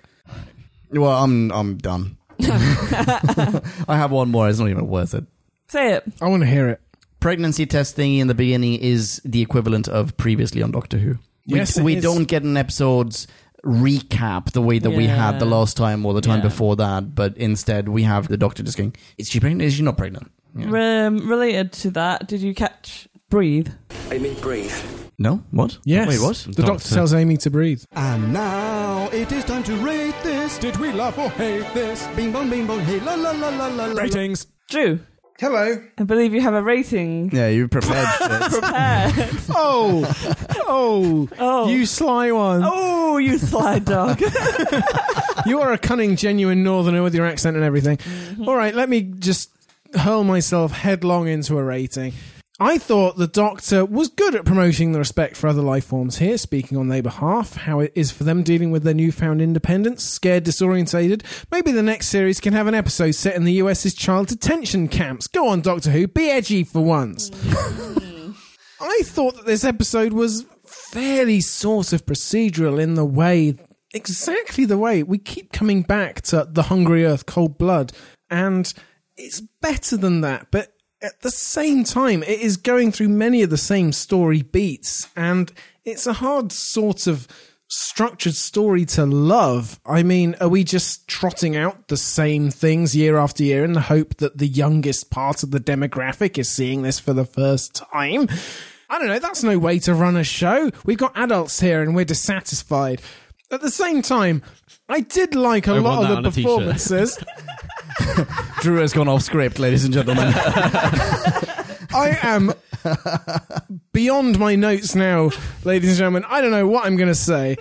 S2: Well, I'm I'm done. I have one more. It's not even worth it.
S4: Say it.
S3: I want to hear it.
S2: Pregnancy test thingy in the beginning is the equivalent of previously on Doctor Who. We,
S3: Yes, it
S2: we
S3: is.
S2: don't get an episode's recap the way that we had the
S4: Yeah.
S2: last time or the time
S4: Yeah.
S2: before that, but instead we have the Doctor just going, "Is she pregnant? Is she not pregnant? Yeah.
S4: Um, related to that, did you catch breathe?
S7: I may breathe.
S2: no, what?
S3: Yes.
S2: Wait, what?
S3: The doctor
S1: Doctor.
S3: tells Amy to breathe.
S8: And now it is time to rate this. Did we love or hate this? Bing bong, bing bong, hey la la la la la. la.
S3: Ratings.
S4: Drew,
S3: Hello.
S4: I believe you have a rating.
S2: Yeah, you prepared. this.
S4: Prepare.
S3: Oh, oh,
S4: Oh.
S3: you sly one.
S4: Oh, you sly dog.
S3: You are a cunning, genuine northerner with your accent and everything. All right, let me just hurl myself headlong into a rating. I thought the Doctor was good at promoting the respect for other life forms here, speaking on their behalf, how it is for them dealing with their newfound independence, scared, disorientated. Maybe the next series can have an episode set in the US's child detention camps. Go on, Doctor Who, be edgy for once. I thought that this episode was fairly sort of procedural in the way, exactly the way we keep coming back to The Hungry Earth, Cold Blood, and it's better than that, but at the same time, it is going through many of the same story beats, and it's a hard sort of structured story to love. I mean, are we just trotting out the same things year after year in the hope that the youngest part of the demographic is seeing this for the first time? I don't know, that's no way to run a show. We've got adults here and we're dissatisfied. At the same time, I did like a
S1: I want
S3: lot
S1: that
S3: of
S1: on
S3: the
S1: a t-shirt.
S3: performances.
S2: Drew has gone off script, ladies and gentlemen.
S3: I am beyond my notes now, ladies and gentlemen. I don't know what I'm going to say,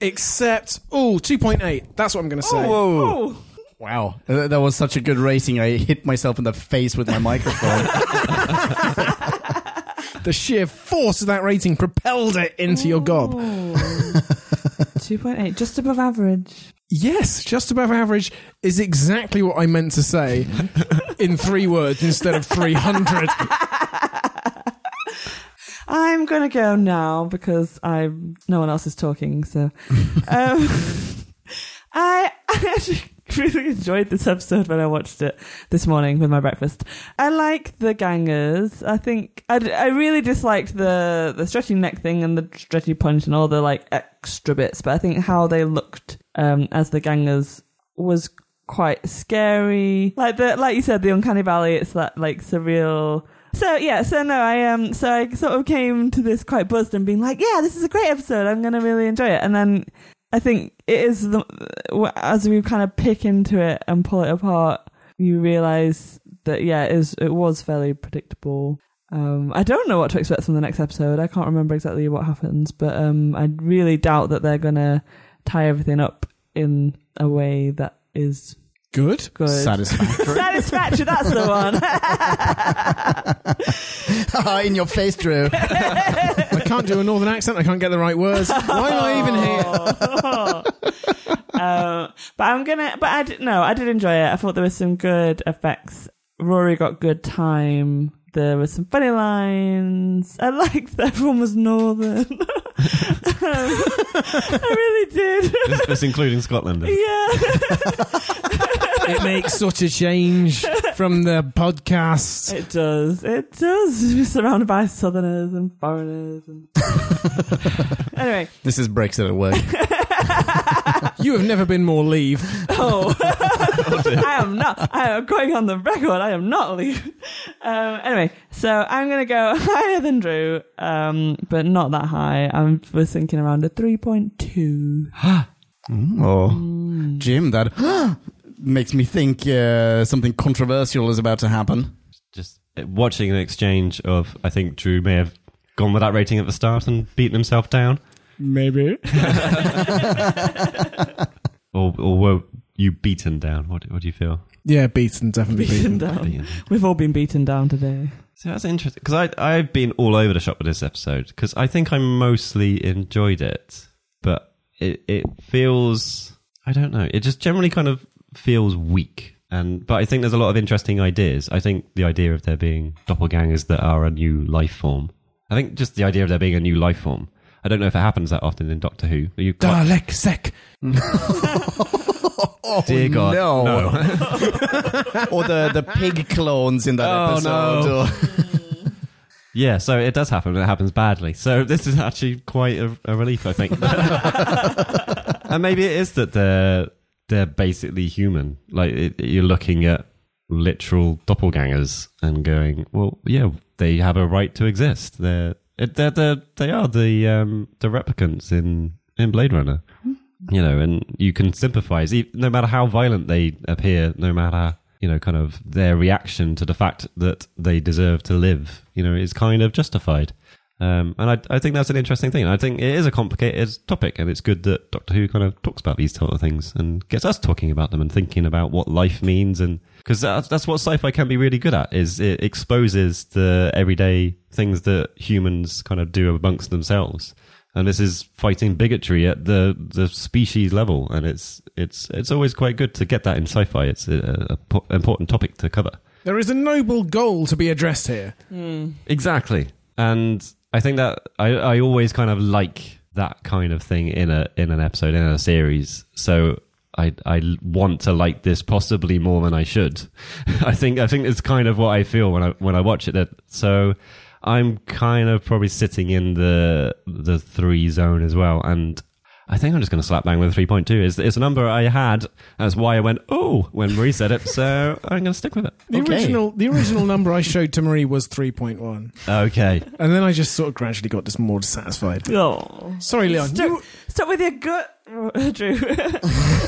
S3: except, oh, 2.8. That's what I'm going to say.
S4: oh,
S2: wow, Th- that was such a good rating. I hit myself in the face with my microphone.
S3: The sheer force of that rating propelled it into your gob.
S4: 2.8, just above average.
S3: Yes, just above average is exactly what I meant to say in three words instead of 300.
S4: I'm going to go now because I no one else is talking. So, um, I, I actually really enjoyed this episode when I watched it this morning with my breakfast. I like the gangers. I think I, I really disliked the the stretchy neck thing and the stretchy punch and all the like extra bits. But I think how they looked um, as the gangers was quite scary. Like the like you said, the uncanny valley. It's that like surreal. So yeah, so no, I um, so I sort of came to this quite buzzed and being like, yeah, this is a great episode. I'm gonna really enjoy it. And then I think it is the as we kind of pick into it and pull it apart, you realize that yeah, it is it was fairly predictable. Um, I don't know what to expect from the next episode. I can't remember exactly what happens, but um, I really doubt that they're gonna tie everything up in a way that is
S3: Good.
S4: good.
S2: Satisfactory.
S4: Satisfactory, that's the one.
S2: In your face, Drew.
S3: I can't do a northern accent. I can't get the right words. Why am I even here?
S4: even here? Oh. um, but I'm gonna. But I did, no, I did enjoy it. I thought there was some good effects. Rory got good time. There were some funny lines. I liked that everyone was northern. um, I really did.
S1: This, this including Scotland.
S4: yeah.
S3: It makes such a change from the podcast.
S4: It does. It does. We're surrounded by southerners and foreigners. And... anyway.
S2: This is Brexit at work.
S3: You have never been more leave.
S4: Oh, I am not. I am going on the record. I am not leaving. Um, anyway, so I'm going to go higher than Drew, um, but not that high. I'm was thinking around a 3.2. Mm.
S2: Oh, Jim, that makes me think uh, something controversial is about to happen.
S1: Just uh, watching an exchange of, I think Drew may have gone with that rating at the start and beaten himself down.
S3: Maybe.
S1: Or, or were you beaten down? What, what do you feel?
S3: Yeah, beaten, definitely beaten.
S4: Beaten down.
S1: Beaten.
S4: We've all been beaten down today.
S1: Um, So that's interesting because I I've been all over the shop with this episode because I think I mostly enjoyed it, but it it feels I don't know it just generally kind of feels weak and but I think there's a lot of interesting ideas. I think the idea of there being doppelgangers that are a new life form. I think just the idea of there being a new life form. I don't know if it happens that often in Doctor Who. Are you quite-
S3: Dalek Sec.
S2: Oh,
S1: Dear God, no.
S2: or the, the pig clones in that
S1: Oh,
S2: episode.
S1: no.
S2: or-
S1: Yeah, so it does happen, and it happens badly. So this is actually quite a, a relief, I think. and maybe it is that they're they're basically human. Like it, you're looking at literal doppelgangers and going, well, yeah, they have a right to exist. They're it- they're, they're they are the um, the replicants in in Blade Runner. You know, and you can sympathize, e- no matter how violent they appear, no matter you know, kind of their reaction to the fact that they deserve to live. You know, is kind of justified. Um, and I, I think that's an interesting thing. I think it is a complicated topic, and it's good that Doctor Who kind of talks about these sort of things and gets us talking about them and thinking about what life means, and because that's, that's what sci-fi can be really good at is it exposes the everyday things that humans kind of do amongst themselves, and this is fighting bigotry at the the species level, and it's it's it's always quite good to get that in sci-fi. It's a, a, po- important topic to cover.
S3: There is a noble goal to be addressed here.
S1: Exactly. And I think that I, I always kind of like that kind of thing in a in an episode in a series. So I I want to like this possibly more than I should. I think I think it's kind of what I feel when I when I watch it. That so I'm kind of probably sitting in the the three zone as well. And I think I'm just going to slap bang with a 3.2. It's, it's a number I had. That's why I went oh when Marie said it. So I'm going to stick with it.
S3: The
S2: Okay.
S3: original the original number I showed to Marie was 3.1.
S1: Okay.
S3: And then I just sort of gradually got just more dissatisfied.
S4: Oh.
S3: Sorry, Leon.
S4: Stop,
S3: you-
S4: stop with your gut, Drew.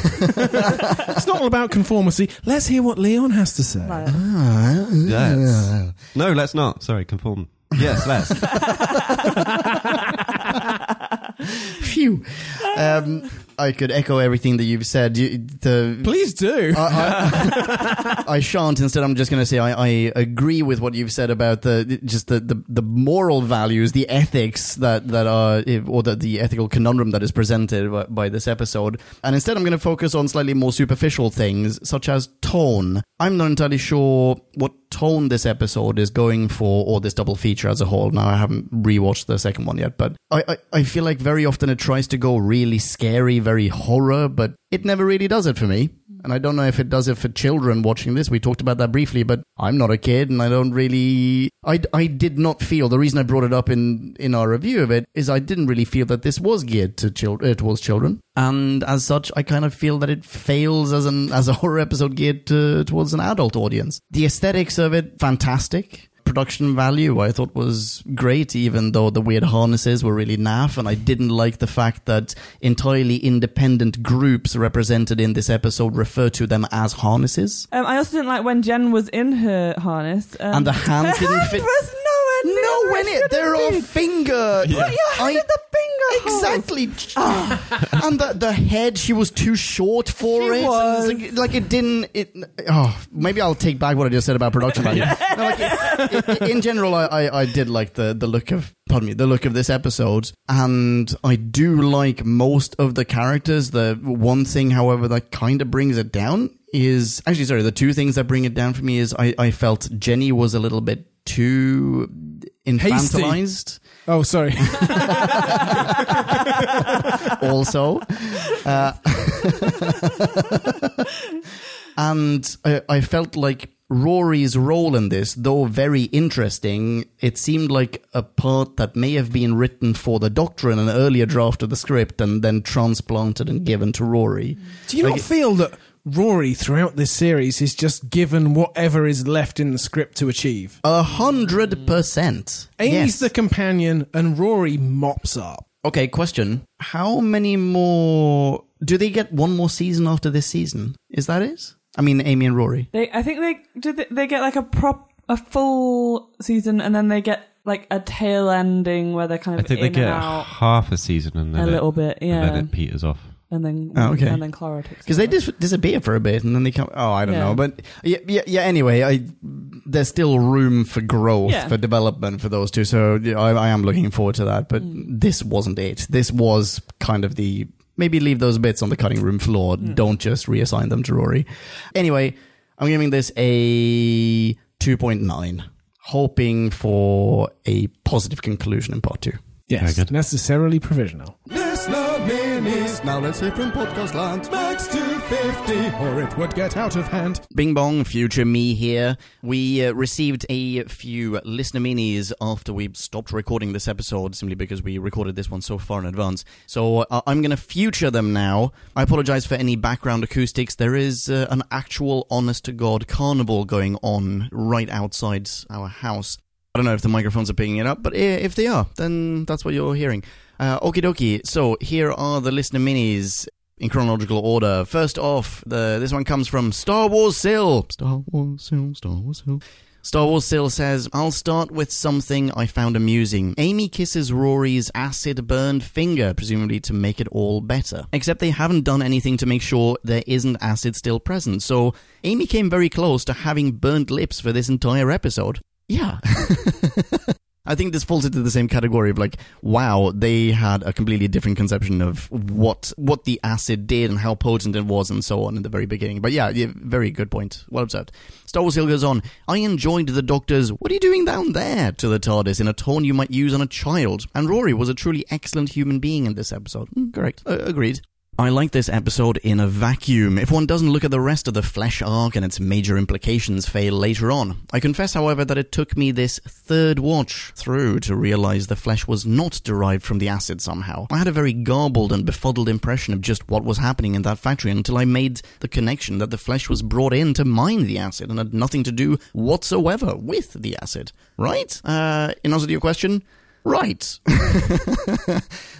S3: it's not all about conformity. Let's hear what Leon has to say.
S1: Yes. No, let's not. Sorry, conform. Yes, let's.
S2: Phew. Um, I could echo everything that you've said. You, the,
S3: Please do.
S2: I, I, I shan't. Instead, I'm just going to say I, I agree with what you've said about the just the, the, the moral values, the ethics that that are or the, the ethical conundrum that is presented by, by this episode. And instead, I'm going to focus on slightly more superficial things, such as tone. I'm not entirely sure what tone this episode is going for, or this double feature as a whole. Now, I haven't rewatched the second one yet, but I I, I feel like very often it tries to go really scary, very horror, but it never really does it for me. And I don't know if it does it for children watching this. We talked about that briefly, but I'm not a kid and I don't really. I, I did not feel. The reason I brought it up in, in our review of it is I didn't really feel that this was geared to chil- uh, towards children. And as such, I kind of feel that it fails as an as a horror episode geared to, towards an adult audience. The aesthetics of it, fantastic production value I thought was great, even though the weird harnesses were really naff. And I didn't like the fact that entirely independent groups represented in this episode refer to them as harnesses.
S4: Um, I also didn't like when Jen was in her harness. Um,
S2: And the hands
S4: her
S2: didn't
S4: hand
S2: fit-
S4: Was nowhere near
S2: No,
S4: where
S2: when it,
S4: should
S2: they're all
S4: be.
S2: finger.
S4: Put your hand
S2: I-
S4: in the finger hole.
S2: Exactly, and the the head she was too short for
S4: She
S2: it. and
S4: was.
S2: it's Like, like it didn't. It oh, maybe I'll take back what I just said about production value. No, like, it- it- in general, I, I I did like the the look of pardon me the look of this episode, and I do like most of the characters. The one thing, however, that kind of brings it down is actually sorry. The two things that bring it down for me is I I felt Jenny was a little bit too infantilized
S3: oh, sorry.
S2: also. Uh, and I, I felt like Rory's role in this, though very interesting, it seemed like a part that may have been written for the Doctor in an earlier draft of the script and then transplanted and given to Rory.
S3: Do you not feel that Rory throughout this series is just given whatever is left in the script to achieve?
S2: A hundred percent.
S3: Amy's
S2: Yes.
S3: the companion and Rory mops up.
S2: Okay, question. How many more do they get one more season after this season? Is that it? I mean Amy and Rory.
S4: They, I think they did. They, they get like a prop, a full season, and then they get like a tail ending where they're kind
S1: I
S4: of
S1: think they
S4: in
S1: get
S4: and out
S1: half a season and then
S4: a
S1: it,
S4: little bit,
S1: and
S4: yeah,
S1: then it peters off.
S4: and then
S2: Oh, okay.
S4: and then Clara takes
S2: because they
S4: over.
S2: dis- disappear for a bit and then they come. Oh, I don't
S4: Yeah.
S2: know, but yeah, yeah, yeah. Anyway, I, there's still room for growth,
S4: Yeah.
S2: for development for those two. So yeah, I, I am looking forward to that. But
S4: Mm.
S2: this wasn't it. This was kind of the maybe leave those bits on the cutting room floor.
S4: Mm.
S2: Don't just reassign them to Rory. Anyway, I'm giving this a two point nine, hoping for a positive conclusion in part two.
S1: Very
S3: Yes,
S1: good.
S3: necessarily provisional.
S8: Listener minis. Now let's hear from podcast land. Max 250, or it would get out of hand.
S2: Bing bong, future me here. We uh, received a few listener minis after we stopped recording this episode, simply because we recorded this one so far in advance. So uh, I'm going to future them now. I apologize for any background acoustics. There is uh, an actual honest to God carnival going on right outside our house. I don't know if the microphones are picking it up, but i- if they are, then that's what you're hearing. Uh, okie dokie. So here are the listener minis in chronological order. First off, the this one comes from Star Wars Sill. Star Wars Sill, Star Wars Sill. Star Wars Sill says, I'll start with something I found amusing. Amy kisses Rory's acid burned finger, presumably to make it all better. Except they haven't done anything to make sure there isn't acid still present, so Amy came very close to having burnt lips for this entire episode. Yeah. I think this falls into the same category of like, wow, they had a completely different conception of what what the acid did and how potent it was and so on in the very beginning. But yeah, yeah very good point. Well observed. Star Wars Hill goes on. I enjoyed the Doctor's "What are you doing down there?" to the TARDIS in a tone you might use on a child. And Rory was a truly excellent human being in this episode. Hmm, correct. Uh, agreed. I like this episode in a vacuum, if one doesn't look at the rest of the flesh arc and its major implications fail later on. I confess, however, that it took me this third watch through to realize the flesh was not derived from the acid somehow. I had a very garbled and befuddled impression of just what was happening in that factory until I made the connection that the flesh was brought in to mine the acid and had nothing to do whatsoever with the acid. Right? Uh, in answer to your question, Right.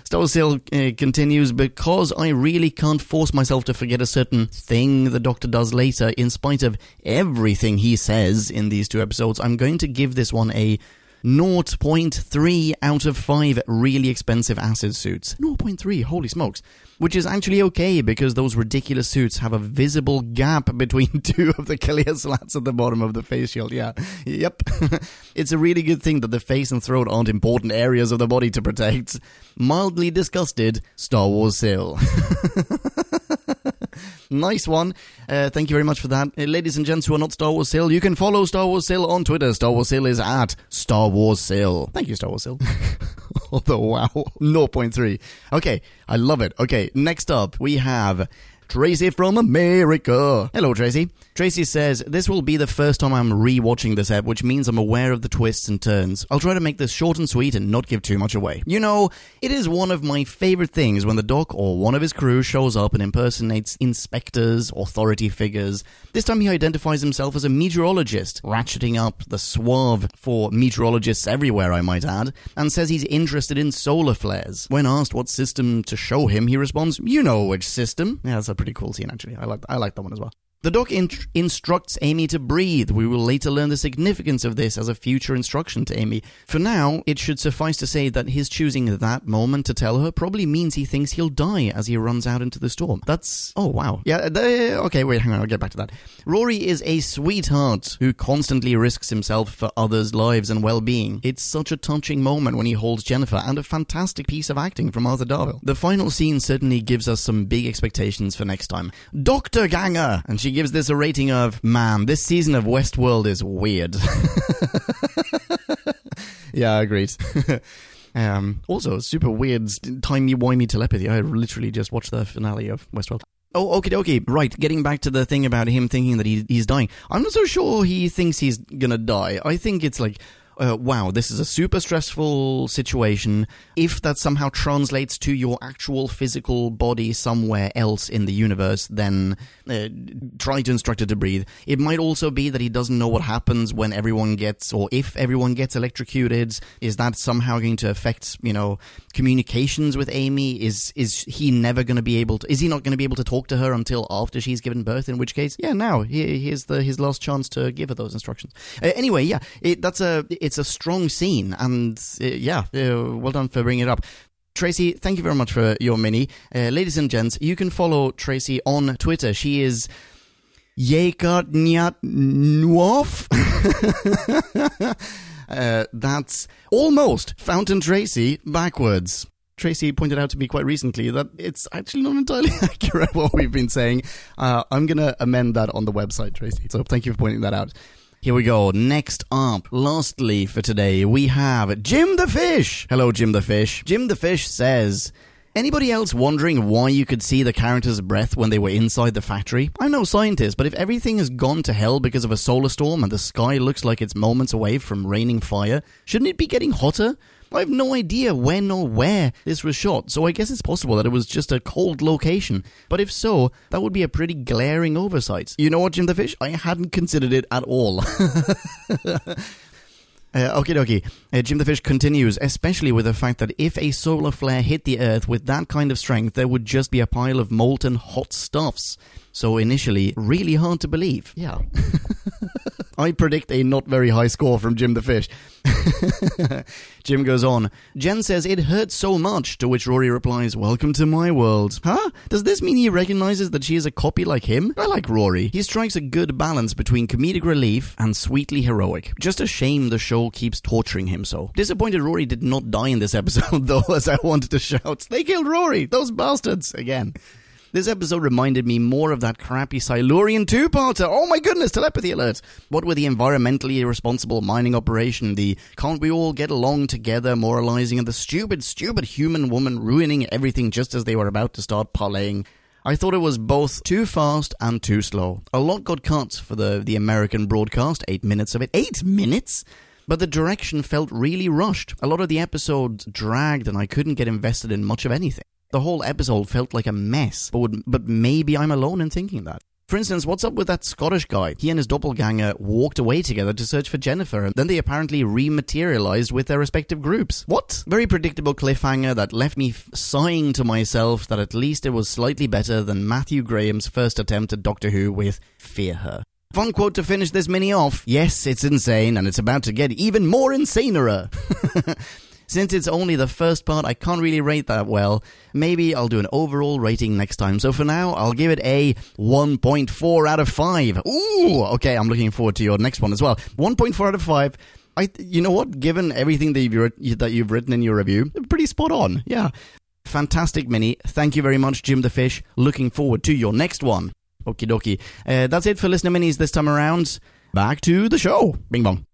S2: Star Seal uh, continues because I really can't force myself to forget a certain thing the Doctor does later, in spite of everything he says in these two episodes. I'm going to give this one a 0.3 out of 5 really expensive acid suits. 0.3, holy smokes. Which is actually okay because those ridiculous suits have a visible gap between two of the clear slats at the bottom of the face shield. Yeah. Yep. it's a really good thing that the face and throat aren't important areas of the body to protect. Mildly disgusted, Star Wars Sill. Nice one. Uh, thank you very much for that. Uh, ladies and gents who are not Star Wars Hill, you can follow Star Wars Hill on Twitter. Star Wars Hill is at Star Wars Hill. Thank you, Star Wars Hill. Although, wow, 0.3. Okay, I love it. Okay, next up we have Tracy from America. Hello, Tracy. Tracy says, This will be the first time I'm re watching this app, which means I'm aware of the twists and turns. I'll try to make this short and sweet and not give too much away. You know, it is one of my favorite things when the doc or one of his crew shows up and impersonates inspectors, authority figures. This time he identifies himself as a meteorologist, ratcheting up the suave for meteorologists everywhere, I might add, and says he's interested in solar flares. When asked what system to show him, he responds, You know which system. Yeah, that's a pretty cool scene, actually. I like, I like that one as well. The doc in- instructs Amy to breathe. We will later learn the significance of this as a future instruction to Amy. For now, it should suffice to say that his choosing that moment to tell her probably means he thinks he'll die as he runs out into the storm. That's. Oh, wow. Yeah, th- okay, wait, hang on, I'll get back to that. Rory is a sweetheart who constantly risks himself for others' lives and well being. It's such a touching moment when he holds Jennifer, and a fantastic piece of acting from Arthur Darvill. The final scene certainly gives us some big expectations for next time. Dr. Ganger! And she gives this a rating of, man, this season of Westworld is weird. yeah, agreed. um, also, super weird, timey-wimey telepathy. I literally just watched the finale of Westworld. Oh, okay, okay. Right, getting back to the thing about him thinking that he, he's dying. I'm not so sure he thinks he's gonna die. I think it's like, uh, wow, this is a super stressful situation. If that somehow translates to your actual physical body somewhere else in the universe, then uh, try to instruct it to breathe. It might also be that he doesn't know what happens when everyone gets, or if everyone gets electrocuted. Is that somehow going to affect, you know, communications with Amy? Is is he never going to be able to? Is he not going to be able to talk to her until after she's given birth? In which case, yeah, now he, here's the his last chance to give her those instructions. Uh, anyway, yeah, it, that's a it's a strong scene, and uh, yeah, uh, well done for bringing it up. Tracy, thank you very much for your mini. Uh, ladies and gents, you can follow Tracy on Twitter. She is Yekart Nyat Uh, that's almost Fountain Tracy backwards. Tracy pointed out to me quite recently that it's actually not entirely accurate what we've been saying. Uh, I'm going to amend that on the website, Tracy. So thank you for pointing that out. Here we go. Next up, lastly for today, we have Jim the Fish. Hello, Jim the Fish. Jim the Fish says, Anybody else wondering why you could see the character's breath when they were inside the factory? I'm no scientist, but if everything has gone to hell because of a solar storm and the sky looks like it's moments away from raining fire, shouldn't it be getting hotter? I have no idea when or where this was shot, so I guess it's possible that it was just a cold location. But if so, that would be a pretty glaring oversight. You know what, Jim the Fish? I hadn't considered it at all. Uh, okay, dokie. Uh, Jim the Fish continues, especially with the fact that if a solar flare hit the Earth with that kind of strength, there would just be a pile of molten hot stuffs. So initially, really hard to believe. Yeah. I predict a not very high score from Jim the Fish. Jim goes on. Jen says it hurts so much, to which Rory replies, Welcome to my world. Huh? Does this mean he recognizes that she is a copy like him? I like Rory. He strikes a good balance between comedic relief and sweetly heroic. Just a shame the show keeps torturing him so. Disappointed Rory did not die in this episode, though, as I wanted to shout. They killed Rory! Those bastards! Again. This episode reminded me more of that crappy Silurian two parter. Oh my goodness, telepathy alert! What with the environmentally irresponsible mining operation, the can't we all get along together moralizing, and the stupid, stupid human woman ruining everything just as they were about to start parlaying. I thought it was both too fast and too slow. A lot got cut for the, the American broadcast, eight minutes of it. Eight minutes? But the direction felt really rushed. A lot of the episodes dragged, and I couldn't get invested in much of anything. The whole episode felt like a mess, but would, but maybe I'm alone in thinking that. For instance, what's up with that Scottish guy? He and his doppelganger walked away together to search for Jennifer, and then they apparently rematerialized with their respective groups. What? Very predictable cliffhanger that left me f- sighing to myself that at least it was slightly better than Matthew Graham's first attempt at Doctor Who with Fear Her. Fun quote to finish this mini off. Yes, it's insane, and it's about to get even more insaner. Since it's only the first part, I can't really rate that well. Maybe I'll do an overall rating next time. So for now, I'll give it a 1.4 out of 5. Ooh, okay, I'm looking forward to your next one as well. 1.4 out of 5. I, you know what? Given everything that you've, writ- that you've written in your review, pretty spot on. Yeah. Fantastic mini. Thank you very much, Jim the Fish. Looking forward to your next one. Okie dokie. Uh, that's it for listener minis this time around. Back to the show. Bing bong.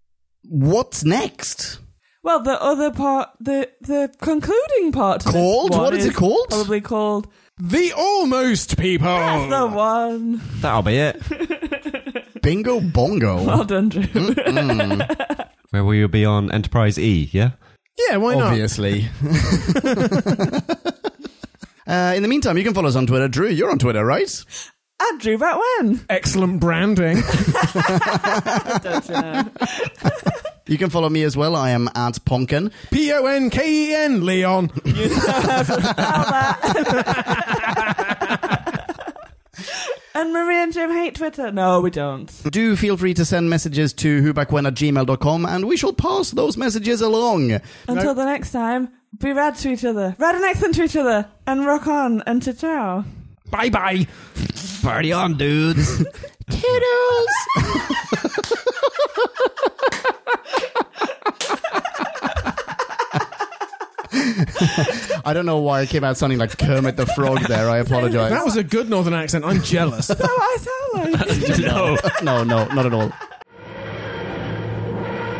S2: What's next?
S4: Well, the other part, the the concluding part. to this
S2: Called?
S4: one
S2: What is it called?
S4: Probably called.
S3: The Almost People.
S4: That's
S2: Oh.
S4: the one.
S1: That'll be it.
S2: Bingo bongo.
S4: Well done, Drew.
S2: Hmm?
S1: Where will you be on Enterprise E? Yeah.
S3: Yeah, why not?
S2: Obviously. uh, in the meantime, you can follow us on Twitter. Drew, you're on Twitter, right?
S4: and Drew back when?
S3: Excellent branding.
S4: Don't you know?
S2: You can follow me as well. I am at Ponkin.
S3: P O N K E N, Leon.
S4: and Marie and Jim hate Twitter. No, we don't.
S2: Do feel free to send messages to whobackwhen at gmail.com and we shall pass those messages along.
S4: Until the next time, be rad to each other, rad and excellent to each other, and rock on and to ciao.
S3: Bye bye.
S1: Party on, dudes.
S2: Toodles! I don't know why it came out sounding like Kermit the Frog there. I apologize.
S3: That was a good northern accent. I'm jealous.
S4: That's what I sound like.
S2: no, no, no, not at all.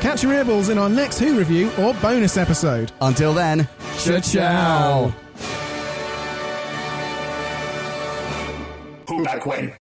S3: Catch your earballs in our next Who review or bonus episode.
S2: Until then,
S3: Ciao.
S2: Who Back When?